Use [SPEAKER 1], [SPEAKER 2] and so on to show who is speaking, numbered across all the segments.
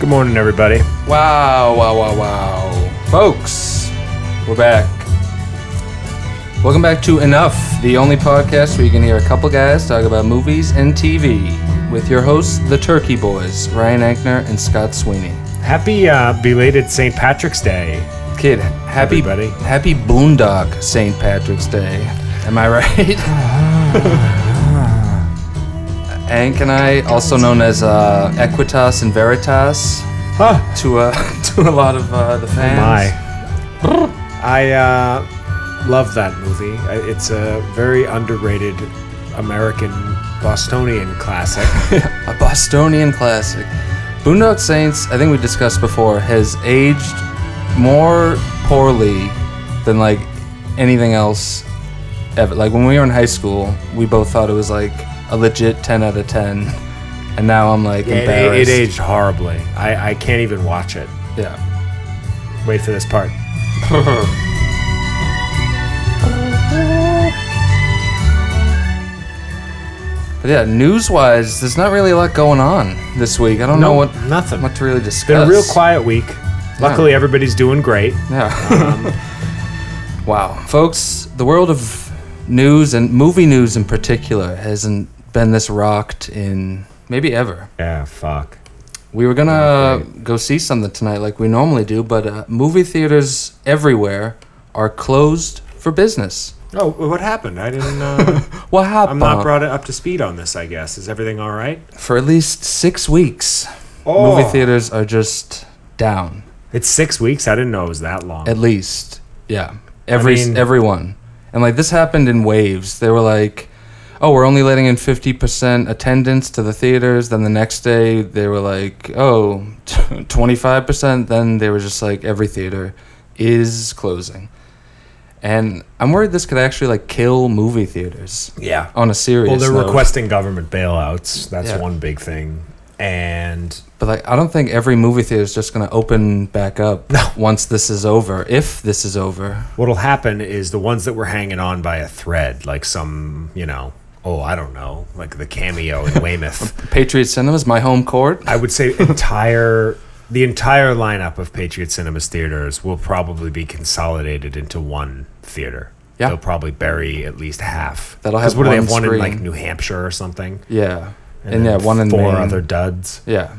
[SPEAKER 1] Good morning, everybody.
[SPEAKER 2] Wow, wow, wow, wow. Folks, we're back. Welcome back to Enough, the only podcast where you can hear a couple guys talk about movies and TV with your hosts, the Turkey Boys, Ryan Ankner and Scott Sweeney.
[SPEAKER 1] Happy uh, belated St. Patrick's Day.
[SPEAKER 2] Kid, happy
[SPEAKER 1] Everybody.
[SPEAKER 2] happy Boondock St. Patrick's Day. Am I right? Ank and I, also known as uh, Equitas and Veritas,
[SPEAKER 1] Huh?
[SPEAKER 2] to uh, to a lot of uh, the fans.
[SPEAKER 1] My. I uh, love that movie. I- It's a very underrated American Bostonian classic.
[SPEAKER 2] A Bostonian classic. Boondock Saints, I think we discussed before, has aged more poorly than like anything else ever. Like when we were in high school, we both thought it was like a legit 10 out of 10. And now I'm like
[SPEAKER 1] it, it
[SPEAKER 2] embarrassed.
[SPEAKER 1] aged horribly. I, I can't even watch it.
[SPEAKER 2] Yeah.
[SPEAKER 1] Wait for this part.
[SPEAKER 2] But yeah, news wise, there's not really a lot going on this week. I don't know what,
[SPEAKER 1] nothing.
[SPEAKER 2] what to really
[SPEAKER 1] It's been
[SPEAKER 2] discuss.
[SPEAKER 1] a real quiet week. Luckily, everybody's doing great.
[SPEAKER 2] Yeah.
[SPEAKER 1] Um,
[SPEAKER 2] wow. Folks, the world of news and movie news in particular hasn't been this rocked in maybe ever.
[SPEAKER 1] Yeah, fuck.
[SPEAKER 2] We were going
[SPEAKER 1] Oh,
[SPEAKER 2] to go see something tonight like we normally do, but uh, movie theaters everywhere are closed for business.
[SPEAKER 1] Oh, what happened? I didn't. Uh,
[SPEAKER 2] What
[SPEAKER 1] I'm
[SPEAKER 2] happened?
[SPEAKER 1] not brought up to speed on this. I guess is everything all right?
[SPEAKER 2] for at least six weeks,
[SPEAKER 1] Oh.
[SPEAKER 2] movie theaters are just down.
[SPEAKER 1] It's six weeks. I didn't know it was that long.
[SPEAKER 2] At least, yeah. Every
[SPEAKER 1] mean-
[SPEAKER 2] everyone, and like this happened in waves. They were like, "Oh, we're only letting in fifty percent attendance to the theaters." Then the next day, they were like, "Oh, 25 percent." Then they were just like, "Every theater is closing," and I'm worried this could actually like kill movie theaters
[SPEAKER 1] yeah.
[SPEAKER 2] on a serious.
[SPEAKER 1] Well, they're
[SPEAKER 2] note.
[SPEAKER 1] requesting government bailouts. That's
[SPEAKER 2] Yeah.
[SPEAKER 1] one big thing. And
[SPEAKER 2] But like, I don't think every movie theater is just gonna open back up once this is over. If this is over,
[SPEAKER 1] what'll happen is the ones that were hanging on by a thread, like some, you know, oh, I don't know, like the cameo in Weymouth.
[SPEAKER 2] Patriot Cinemas, my home court.
[SPEAKER 1] I would say entire the entire lineup of Patriot Cinemas theaters will probably be consolidated into one theater.
[SPEAKER 2] Yeah.
[SPEAKER 1] They'll probably bury at least half.
[SPEAKER 2] That'll
[SPEAKER 1] 'Cause
[SPEAKER 2] have
[SPEAKER 1] what do they
[SPEAKER 2] one
[SPEAKER 1] have one in like
[SPEAKER 2] screen.
[SPEAKER 1] New Hampshire or something?
[SPEAKER 2] Yeah, and, yeah,
[SPEAKER 1] then
[SPEAKER 2] one in
[SPEAKER 1] four
[SPEAKER 2] Maine.
[SPEAKER 1] other duds.
[SPEAKER 2] Yeah,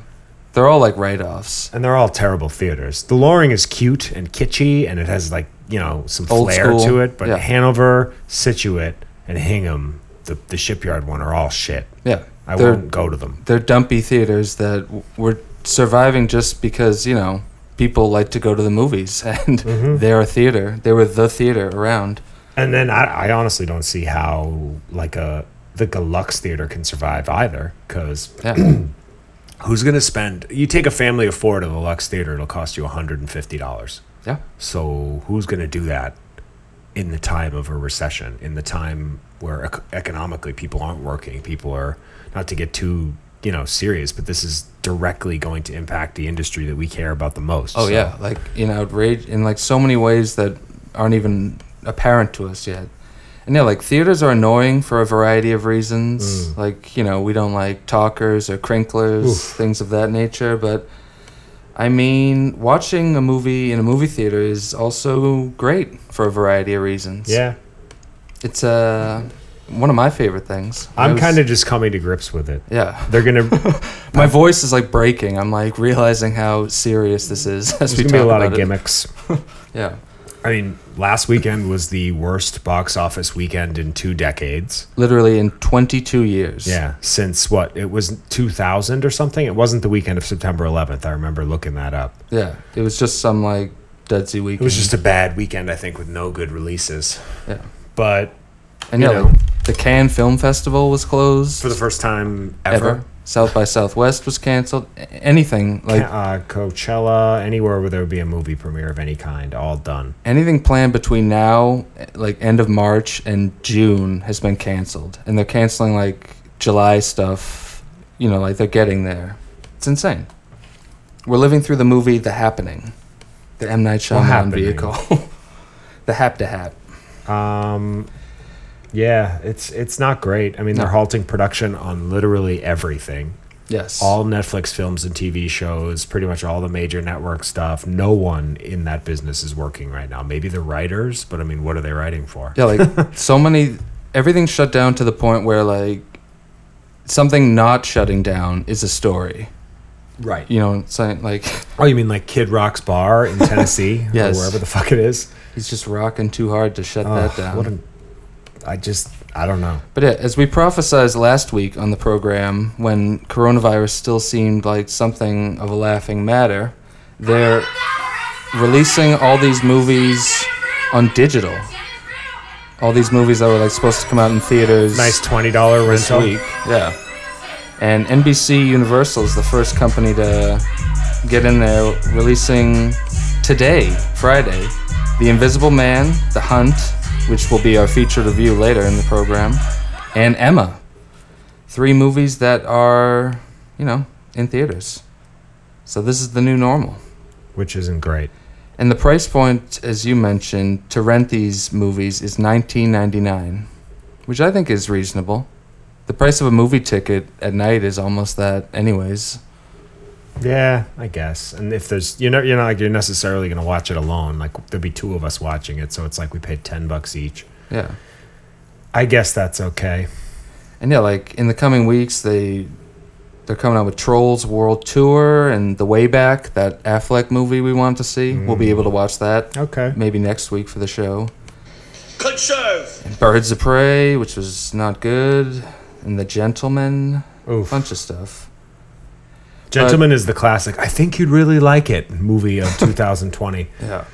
[SPEAKER 2] they're all like write-offs.
[SPEAKER 1] and they're all terrible theaters. The Loring is cute and kitschy, and it has like you know some
[SPEAKER 2] Old
[SPEAKER 1] flair
[SPEAKER 2] school,
[SPEAKER 1] to it. But
[SPEAKER 2] yeah.
[SPEAKER 1] Hanover, Situate, and Hingham, the the shipyard one, are all shit.
[SPEAKER 2] Yeah,
[SPEAKER 1] I
[SPEAKER 2] they're
[SPEAKER 1] won't go to them.
[SPEAKER 2] they're dumpy theaters that w- were surviving just because you know people like to go to the movies, and
[SPEAKER 1] Mm-hmm.
[SPEAKER 2] they're a theater. They were the theater around.
[SPEAKER 1] And then I, I honestly don't see how like a the Galux theater can survive either, because
[SPEAKER 2] Yeah,
[SPEAKER 1] who's gonna spend? You take a family of four to the Lux theater, it'll cost you one hundred and fifty dollars.
[SPEAKER 2] yeah.
[SPEAKER 1] So who's going to do that in the time of a recession? In the time where ec- economically people aren't working, people are not to get too you know serious, but this is directly going to impact the industry that we care about the most.
[SPEAKER 2] Oh
[SPEAKER 1] So
[SPEAKER 2] yeah, like in outrage in like so many ways that aren't even apparent to us yet. And yeah, like theaters are annoying for a variety of reasons.
[SPEAKER 1] Mm.
[SPEAKER 2] Like, you know, we don't like talkers or crinklers, things of that nature, but I mean, watching a movie in a movie theater is also great for a variety of reasons.
[SPEAKER 1] yeah.
[SPEAKER 2] It's uh one of my favorite things. I
[SPEAKER 1] I'm
[SPEAKER 2] was-
[SPEAKER 1] kind of just coming to grips with it.
[SPEAKER 2] yeah.
[SPEAKER 1] They're gonna. there's
[SPEAKER 2] My voice is like breaking. I'm like realizing how serious this is as we
[SPEAKER 1] gonna
[SPEAKER 2] talk
[SPEAKER 1] be a lot of
[SPEAKER 2] about it.
[SPEAKER 1] gimmicks.
[SPEAKER 2] Yeah.
[SPEAKER 1] I mean, last weekend was the worst box office weekend in two decades.
[SPEAKER 2] Literally in 22 years.
[SPEAKER 1] Yeah, since what? It was 2000 or something. It wasn't the weekend of September 11th. I remember looking that up.
[SPEAKER 2] Yeah, it was just some like dudsy weekend.
[SPEAKER 1] It was just a bad weekend, I think, with no good releases.
[SPEAKER 2] yeah,
[SPEAKER 1] But
[SPEAKER 2] and
[SPEAKER 1] you
[SPEAKER 2] yeah,
[SPEAKER 1] know.
[SPEAKER 2] like, the Cannes Film Festival was closed
[SPEAKER 1] for the first time
[SPEAKER 2] ever.
[SPEAKER 1] ever,
[SPEAKER 2] South by Southwest was canceled. A- Anything like
[SPEAKER 1] uh, Coachella, anywhere where there would be a movie premiere of any kind, all done.
[SPEAKER 2] anything planned between now, like end of March and June, has been canceled, and they're canceling like July stuff. You know, like they're getting there. It's insane. We're living through the movie The Happening, the M Night Shyamalan
[SPEAKER 1] Happening?
[SPEAKER 2] vehicle, the Hap to Hap.
[SPEAKER 1] Um, yeah, it's it's not great. I mean,
[SPEAKER 2] No.
[SPEAKER 1] they're halting production on literally everything.
[SPEAKER 2] Yes.
[SPEAKER 1] all Netflix films and TV shows, pretty much all the major network stuff. No one in that business is working right now. Maybe the writers, but I mean, what are they writing for?
[SPEAKER 2] Yeah, like so many everything's shut down to the point where like something not shutting down is a story.
[SPEAKER 1] Right.
[SPEAKER 2] You know, what I'm saying like
[SPEAKER 1] Oh, you mean like Kid Rock's bar in Tennessee
[SPEAKER 2] Yes.
[SPEAKER 1] or wherever the fuck it is?
[SPEAKER 2] he's just rocking too hard to shut
[SPEAKER 1] Oh,
[SPEAKER 2] that down.
[SPEAKER 1] what a, I just I don't know.
[SPEAKER 2] But yeah, as we prophesized last week on the program, when coronavirus still seemed like something of a laughing matter, they're releasing all these movies on digital. All these movies that were like supposed to come out in theaters
[SPEAKER 1] Nice twenty dollar
[SPEAKER 2] this
[SPEAKER 1] rental.
[SPEAKER 2] week. Yeah. And NBC Universal is the first company to get in there, releasing today, Friday, The Invisible Man, The Hunt, which will be our featured review later in the program, and Emma. Three movies that are, you know, in theaters. So this is the new normal.
[SPEAKER 1] which isn't great.
[SPEAKER 2] And the price point, as you mentioned, to rent these movies is nineteen ninety nine, which I think is reasonable. The price of a movie ticket at night is almost that, anyways.
[SPEAKER 1] Yeah, I guess. And if there's you're not you're not like you're necessarily gonna watch it alone. Like there'll be two of us watching it, so it's like we paid ten bucks each.
[SPEAKER 2] Yeah,
[SPEAKER 1] I guess that's okay.
[SPEAKER 2] and yeah, like in the coming weeks, they they're coming out with Trolls World Tour and The Way Back, that Affleck movie we want to see. We'll be able to watch that
[SPEAKER 1] Okay.
[SPEAKER 2] maybe next week for the show.
[SPEAKER 3] Good serve.
[SPEAKER 2] And Birds of Prey, which was not good, and The Gentleman, a
[SPEAKER 1] Oof.
[SPEAKER 2] bunch of stuff.
[SPEAKER 1] Gentleman is the classic. I think you'd really like it. Movie of 2020.
[SPEAKER 2] Yeah.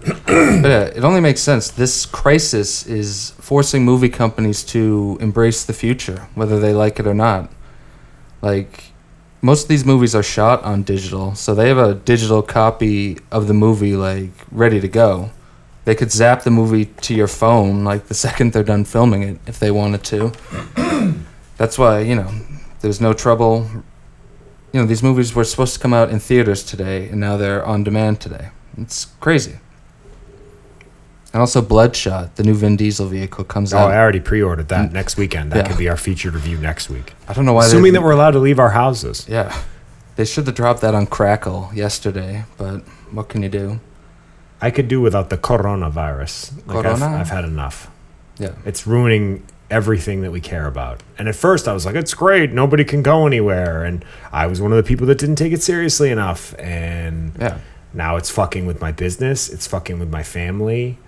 [SPEAKER 2] but yeah, it only makes sense. This crisis is forcing movie companies to embrace the future, whether they like it or not. Like, most of these movies are shot on digital, so they have a digital copy of the movie, like, ready to go. They could zap the movie to your phone, like, the second they're done filming it, if they wanted to. That's why, you know, there's no trouble. You know, these movies were supposed to come out in theaters today, and now they're on demand today. It's crazy. And also, Bloodshot, the new Vin Diesel vehicle, comes
[SPEAKER 1] Oh,
[SPEAKER 2] out.
[SPEAKER 1] I already pre-ordered that next weekend. That
[SPEAKER 2] Mm. Yeah.
[SPEAKER 1] could be our featured review next week.
[SPEAKER 2] I don't know why. they
[SPEAKER 1] Assuming
[SPEAKER 2] didn't-
[SPEAKER 1] that we're allowed to leave our houses.
[SPEAKER 2] Yeah. They should have dropped that on Crackle yesterday, but what can you do?
[SPEAKER 1] I could do without the coronavirus. Like I've,
[SPEAKER 2] Corona.
[SPEAKER 1] I've had enough.
[SPEAKER 2] Yeah.
[SPEAKER 1] It's ruining everything that we care about. And at first I was like, it's great. Nobody can go anywhere. And I was one of the people that didn't take it seriously enough. And
[SPEAKER 2] Yeah.
[SPEAKER 1] now it's fucking with my business. It's fucking with my family.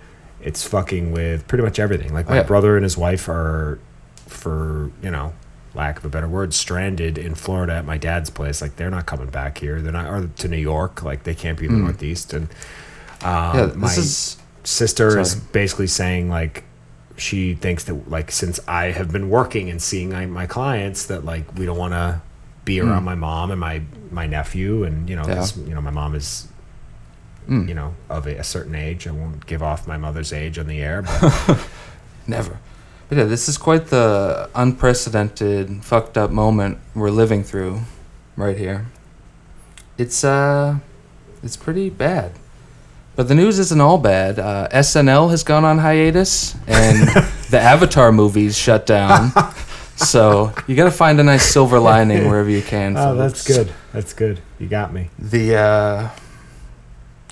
[SPEAKER 1] It's fucking with pretty much everything. Like
[SPEAKER 2] Oh,
[SPEAKER 1] my
[SPEAKER 2] yeah.
[SPEAKER 1] brother and his wife are, for, you know, lack of a better word, stranded in Florida at my dad's place. Like they're not coming back here. They're not, or to New York. Like they can't be in the Northeast. And um,
[SPEAKER 2] Hmm. yeah. This
[SPEAKER 1] my-
[SPEAKER 2] is
[SPEAKER 1] sister is
[SPEAKER 2] Sorry.
[SPEAKER 1] basically saying like she thinks that like since I have been working and seeing my, my clients that like we don't want to be
[SPEAKER 2] Hmm.
[SPEAKER 1] around my mom and my my nephew and you know 'cause, you know my mom is
[SPEAKER 2] hmm,
[SPEAKER 1] you know of a, a certain age I won't give off my mother's age on the air but
[SPEAKER 2] never. But yeah, this is quite the unprecedented, fucked up moment we're living through right here. It's, uh, it's pretty bad. But the news isn't all bad. Uh, SNL has gone on hiatus, and the Avatar movies shut down. so you got to find a nice silver lining wherever you can.
[SPEAKER 1] oh that's
[SPEAKER 2] folks.
[SPEAKER 1] good that's good you got me
[SPEAKER 2] the uh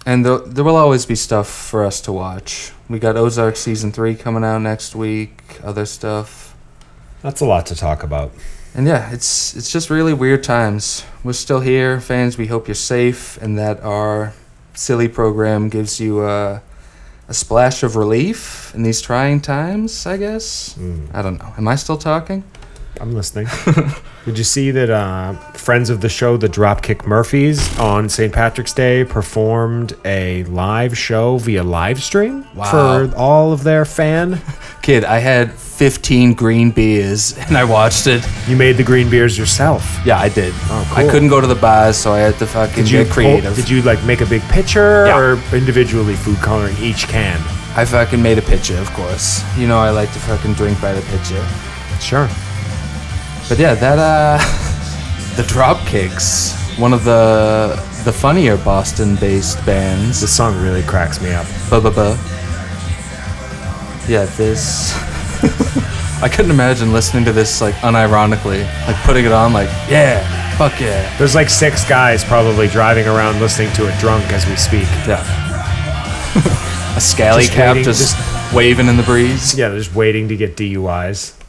[SPEAKER 2] and there, there will always be stuff for us to watch we got ozark season three coming out next week other stuff
[SPEAKER 1] that's a lot to talk about
[SPEAKER 2] and yeah it's it's just really weird times we're still here fans we hope you're safe and that our silly program gives you uh, a splash of relief in these trying times i guess
[SPEAKER 1] Mm.
[SPEAKER 2] i don't know am i still talking
[SPEAKER 1] I'm listening did you see that uh, friends of the show the Dropkick Murphys on St Patrick's Day performed a live show via live stream
[SPEAKER 2] Wow.
[SPEAKER 1] for all of their fan
[SPEAKER 2] kid i had 15 green beers and i watched it
[SPEAKER 1] You made the green beers yourself.
[SPEAKER 2] Yeah, I did.
[SPEAKER 1] Oh,
[SPEAKER 2] I
[SPEAKER 1] cool.
[SPEAKER 2] couldn't go to the bars, so I had to fucking get
[SPEAKER 1] pull-
[SPEAKER 2] creative.
[SPEAKER 1] did you like make a big pitcher
[SPEAKER 2] Yeah.
[SPEAKER 1] or individually food coloring each can?
[SPEAKER 2] I fucking made a picture, of course. You know, I like to fucking drink by the picture.
[SPEAKER 1] Sure.
[SPEAKER 2] But yeah, that uh, the Dropkicks, one of the the funnier Boston-based bands.
[SPEAKER 1] This song really cracks me up.
[SPEAKER 2] Buh, buh, buh. Yeah, this. I couldn't imagine listening to this like unironically, like putting it on, like yeah, Fuck yeah.
[SPEAKER 1] There's like six guys probably driving around listening to it drunk as we speak.
[SPEAKER 2] Yeah. a scally
[SPEAKER 1] Just
[SPEAKER 2] cap
[SPEAKER 1] waiting,
[SPEAKER 2] just, waving in the breeze.
[SPEAKER 1] Yeah, they're just waiting to get DUIs.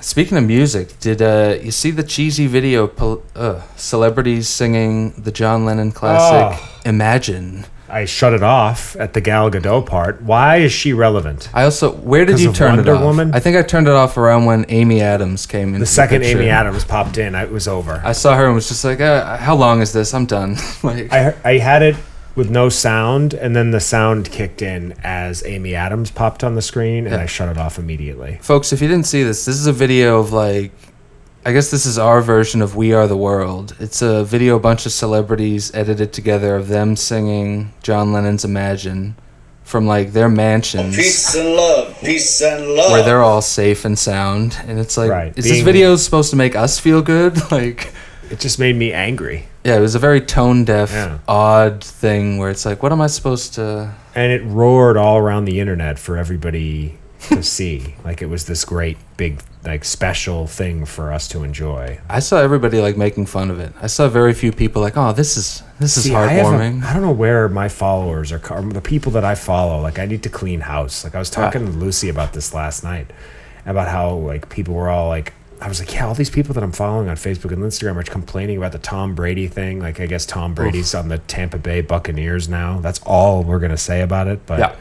[SPEAKER 2] Speaking of music, did uh, you see the cheesy video pol- uh, celebrities singing the John Lennon classic
[SPEAKER 1] Ah.
[SPEAKER 2] Imagine?
[SPEAKER 1] I shut it off at the Gal Gadot part. Why is she relevant?
[SPEAKER 2] I also where did
[SPEAKER 1] 'Cause
[SPEAKER 2] you
[SPEAKER 1] of
[SPEAKER 2] turn
[SPEAKER 1] Wonder
[SPEAKER 2] it off?
[SPEAKER 1] Woman?
[SPEAKER 2] I think I turned it off around when Amy Adams came in.
[SPEAKER 1] The second Amy Adams popped in, I- it was over.
[SPEAKER 2] I saw her and was just like, uh, "How long is this? I'm done." like,
[SPEAKER 1] I I had it with no sound, and then the sound kicked in as Amy Adams popped on the screen, and
[SPEAKER 2] Yeah.
[SPEAKER 1] I shut it off immediately.
[SPEAKER 2] folks, if you didn't see this, this is a video of like, I guess this is our version of "We Are the World." It's a video a bunch of celebrities edited together of them singing John Lennon's "Imagine" from like their mansions.
[SPEAKER 3] Peace and love, peace and love.
[SPEAKER 2] where they're all safe and sound and it's like
[SPEAKER 1] Oh. Right,
[SPEAKER 2] is
[SPEAKER 1] being-
[SPEAKER 2] this video supposed to make us feel good like
[SPEAKER 1] It just made me angry,
[SPEAKER 2] yeah it was a very tone deaf
[SPEAKER 1] Yeah.
[SPEAKER 2] odd thing where it's like what am i supposed to
[SPEAKER 1] and it roared all around the internet for everybody to see. Like it was this great big like special thing for us to enjoy.
[SPEAKER 2] i saw everybody like making fun of it i saw very few people like oh this is this is
[SPEAKER 1] See, I, have
[SPEAKER 2] heartwarming
[SPEAKER 1] a, I don't know where my followers are, co- the people that I follow. Like, I need to clean house. Like, I was talking to Lucy about this last night, about how like people were all like, I was like, yeah, all these people that I'm following on Facebook and Instagram are complaining about the Tom Brady thing. Like, I guess Tom Brady's on the Tampa Bay Buccaneers now. That's all we're gonna say about it. But
[SPEAKER 2] yeah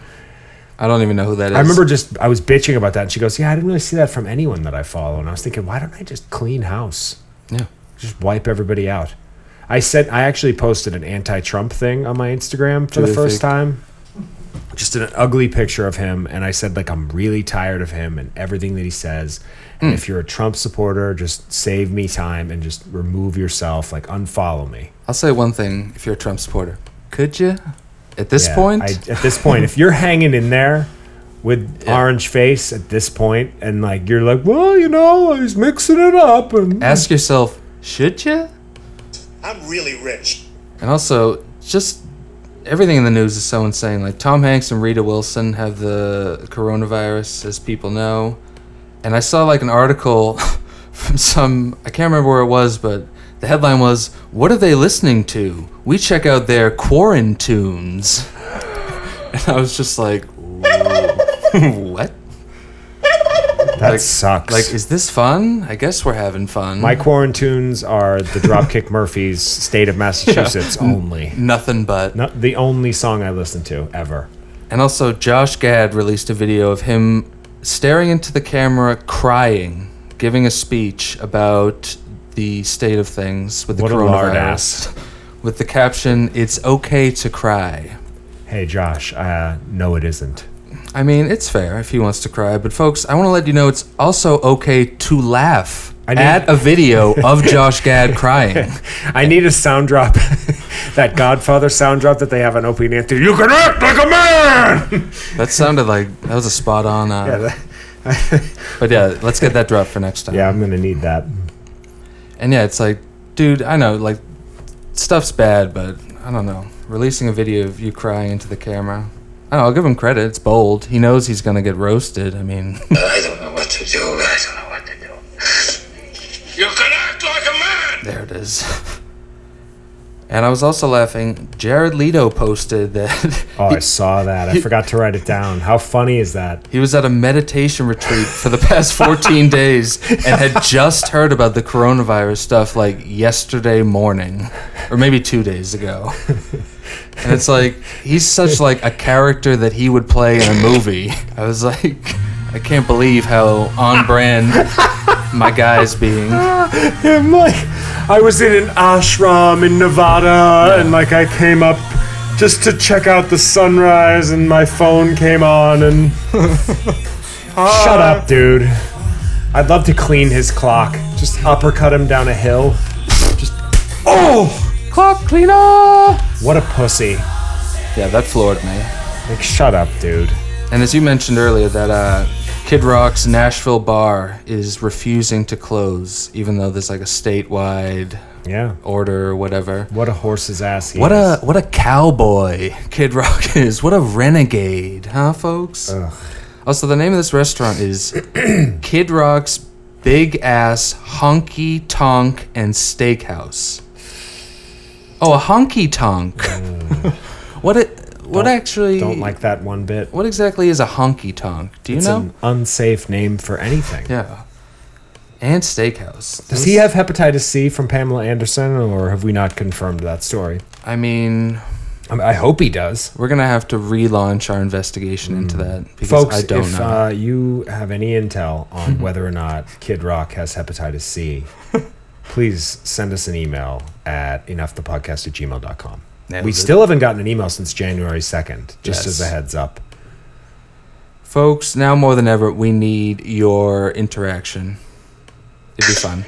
[SPEAKER 2] i don't even know who that is
[SPEAKER 1] I remember just I was bitching about that, and she goes, yeah, I didn't really see that from anyone that I follow. And I was thinking, why don't I just clean house?
[SPEAKER 2] yeah
[SPEAKER 1] just wipe everybody out. I said I actually posted an anti-Trump thing on my Instagram for the
[SPEAKER 2] Terrific.
[SPEAKER 1] first time. Just an ugly picture of him, and I said like I'm really tired of him and everything that he says. And
[SPEAKER 2] Hmm.
[SPEAKER 1] if you're a Trump supporter, just save me time and just remove yourself, like unfollow me.
[SPEAKER 2] i'll say one thing if you're a trump supporter could you at this
[SPEAKER 1] Yeah,
[SPEAKER 2] point
[SPEAKER 1] I, at this point, if you're hanging in there with orange face at this point, and like you're like, well, you know, he's mixing it up, and
[SPEAKER 2] ask yourself should you
[SPEAKER 3] I'm really rich.
[SPEAKER 2] And also, just everything in the news is so insane. Like Tom Hanks and Rita Wilson have the coronavirus, as people know. And I saw like an article from some I can't remember where it was, but the headline was, "What are they listening to?" We check out their quarantunes. And I was just like, "What?
[SPEAKER 1] that sucks.
[SPEAKER 2] Like, is this fun? I guess we're having fun.
[SPEAKER 1] My quarantunes are the Dropkick Murphys' "State of Massachusetts" only.
[SPEAKER 2] Nothing but."
[SPEAKER 1] Not the only song I listen to ever.
[SPEAKER 2] And also, Josh Gad released a video of him staring into the camera, crying, giving a speech about the state of things with the
[SPEAKER 1] What a lard
[SPEAKER 2] coronavirus. With the caption, "It's okay to cry."
[SPEAKER 1] Hey Josh, uh, no, it isn't.
[SPEAKER 2] I mean, it's fair if he wants to cry, but folks, I want to let you know it's also okay to laugh
[SPEAKER 1] I need-
[SPEAKER 2] at a video of Josh Gad crying.
[SPEAKER 1] I need a sound drop, that Godfather sound drop that they have on Opie and Anthony. You can act like a man.
[SPEAKER 2] That sounded like that was a spot on. Uh,
[SPEAKER 1] Yeah, that-
[SPEAKER 2] But yeah, let's get that drop for next time.
[SPEAKER 1] yeah, I'm gonna need that.
[SPEAKER 2] And yeah, it's like, dude, I know, like, stuff's bad, but I don't know. Releasing a video of you crying into the camera. I don't know, I'll give him credit. It's bold. He knows he's going to get roasted. I mean,
[SPEAKER 4] I don't know what to do. I don't know what to do.
[SPEAKER 3] You can act like a man.
[SPEAKER 2] there it is. And I was also laughing. Jared Leto posted that
[SPEAKER 1] Oh, I saw that. I forgot to write it down. How funny is that?
[SPEAKER 2] he was at a meditation retreat for the past 14 days and had just heard about the coronavirus stuff like yesterday morning or maybe 2 days ago. And it's like he's such like a character that he would play in a movie. I was like I can't believe how on brand my guy's being.
[SPEAKER 1] I'm like, I was in an ashram in Nevada, and like I came up just to check out the sunrise, and my phone came on, and
[SPEAKER 2] Ah.
[SPEAKER 1] shut up, dude. I'd love to clean his clock. Just uppercut him down a hill. Just oh,
[SPEAKER 2] Clock cleaner.
[SPEAKER 1] what a pussy!
[SPEAKER 2] Yeah, that floored me.
[SPEAKER 1] Like, shut up, dude.
[SPEAKER 2] And as you mentioned earlier, that uh, Kid Rock's Nashville bar is refusing to close, even though there's like a statewide
[SPEAKER 1] Yeah,
[SPEAKER 2] order or whatever.
[SPEAKER 1] what a horse's ass he
[SPEAKER 2] What
[SPEAKER 1] is.
[SPEAKER 2] a what a cowboy Kid Rock is. What a Oh, renegade, huh, folks? Also, the name of this restaurant is Kid Rock's big ass honky tonk and steakhouse. Oh, a honky tonk. what it?
[SPEAKER 1] Mm.
[SPEAKER 2] What
[SPEAKER 1] Don't-
[SPEAKER 2] actually?
[SPEAKER 1] Don't like that one bit.
[SPEAKER 2] What exactly is a honky tonk? Do you
[SPEAKER 1] It's
[SPEAKER 2] know?
[SPEAKER 1] an unsafe name for anything.
[SPEAKER 2] yeah. And steakhouse.
[SPEAKER 1] Does he have hepatitis C from Pamela Anderson, or have we not confirmed that story?
[SPEAKER 2] I mean,
[SPEAKER 1] I, mean, I hope he does.
[SPEAKER 2] we're gonna have to relaunch our investigation into that because
[SPEAKER 1] Hmm. Folks,
[SPEAKER 2] I don't
[SPEAKER 1] if
[SPEAKER 2] know.
[SPEAKER 1] Uh, you have any intel on whether or not Kid Rock has hepatitis C, please send us an email at enoughthepodcast at gmail.com.
[SPEAKER 2] Nailed
[SPEAKER 1] we
[SPEAKER 2] it.
[SPEAKER 1] still haven't gotten an email since January 2nd, just
[SPEAKER 2] Yes.
[SPEAKER 1] as a heads up.
[SPEAKER 2] Folks, now more than ever, we need your interaction. It'd be fun.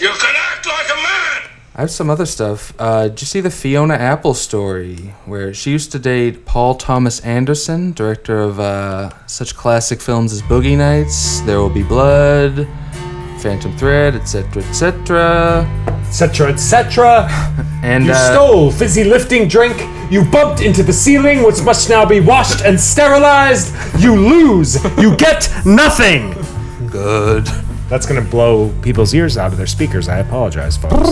[SPEAKER 4] You can act like a man!
[SPEAKER 2] I have some other stuff. Uh, did you see the Fiona Apple story where she used to date Paul Thomas Anderson, director of uh, such classic films as Boogie Nights, There Will Be Blood, Phantom Thread, etc., etc.
[SPEAKER 1] Etc., etc.
[SPEAKER 2] And
[SPEAKER 1] You
[SPEAKER 2] uh,
[SPEAKER 1] stole fizzy lifting drink. You bumped into the ceiling, which must now be washed and sterilized. You lose. You get nothing.
[SPEAKER 2] good.
[SPEAKER 1] That's gonna blow people's ears out of their speakers. I apologize, folks.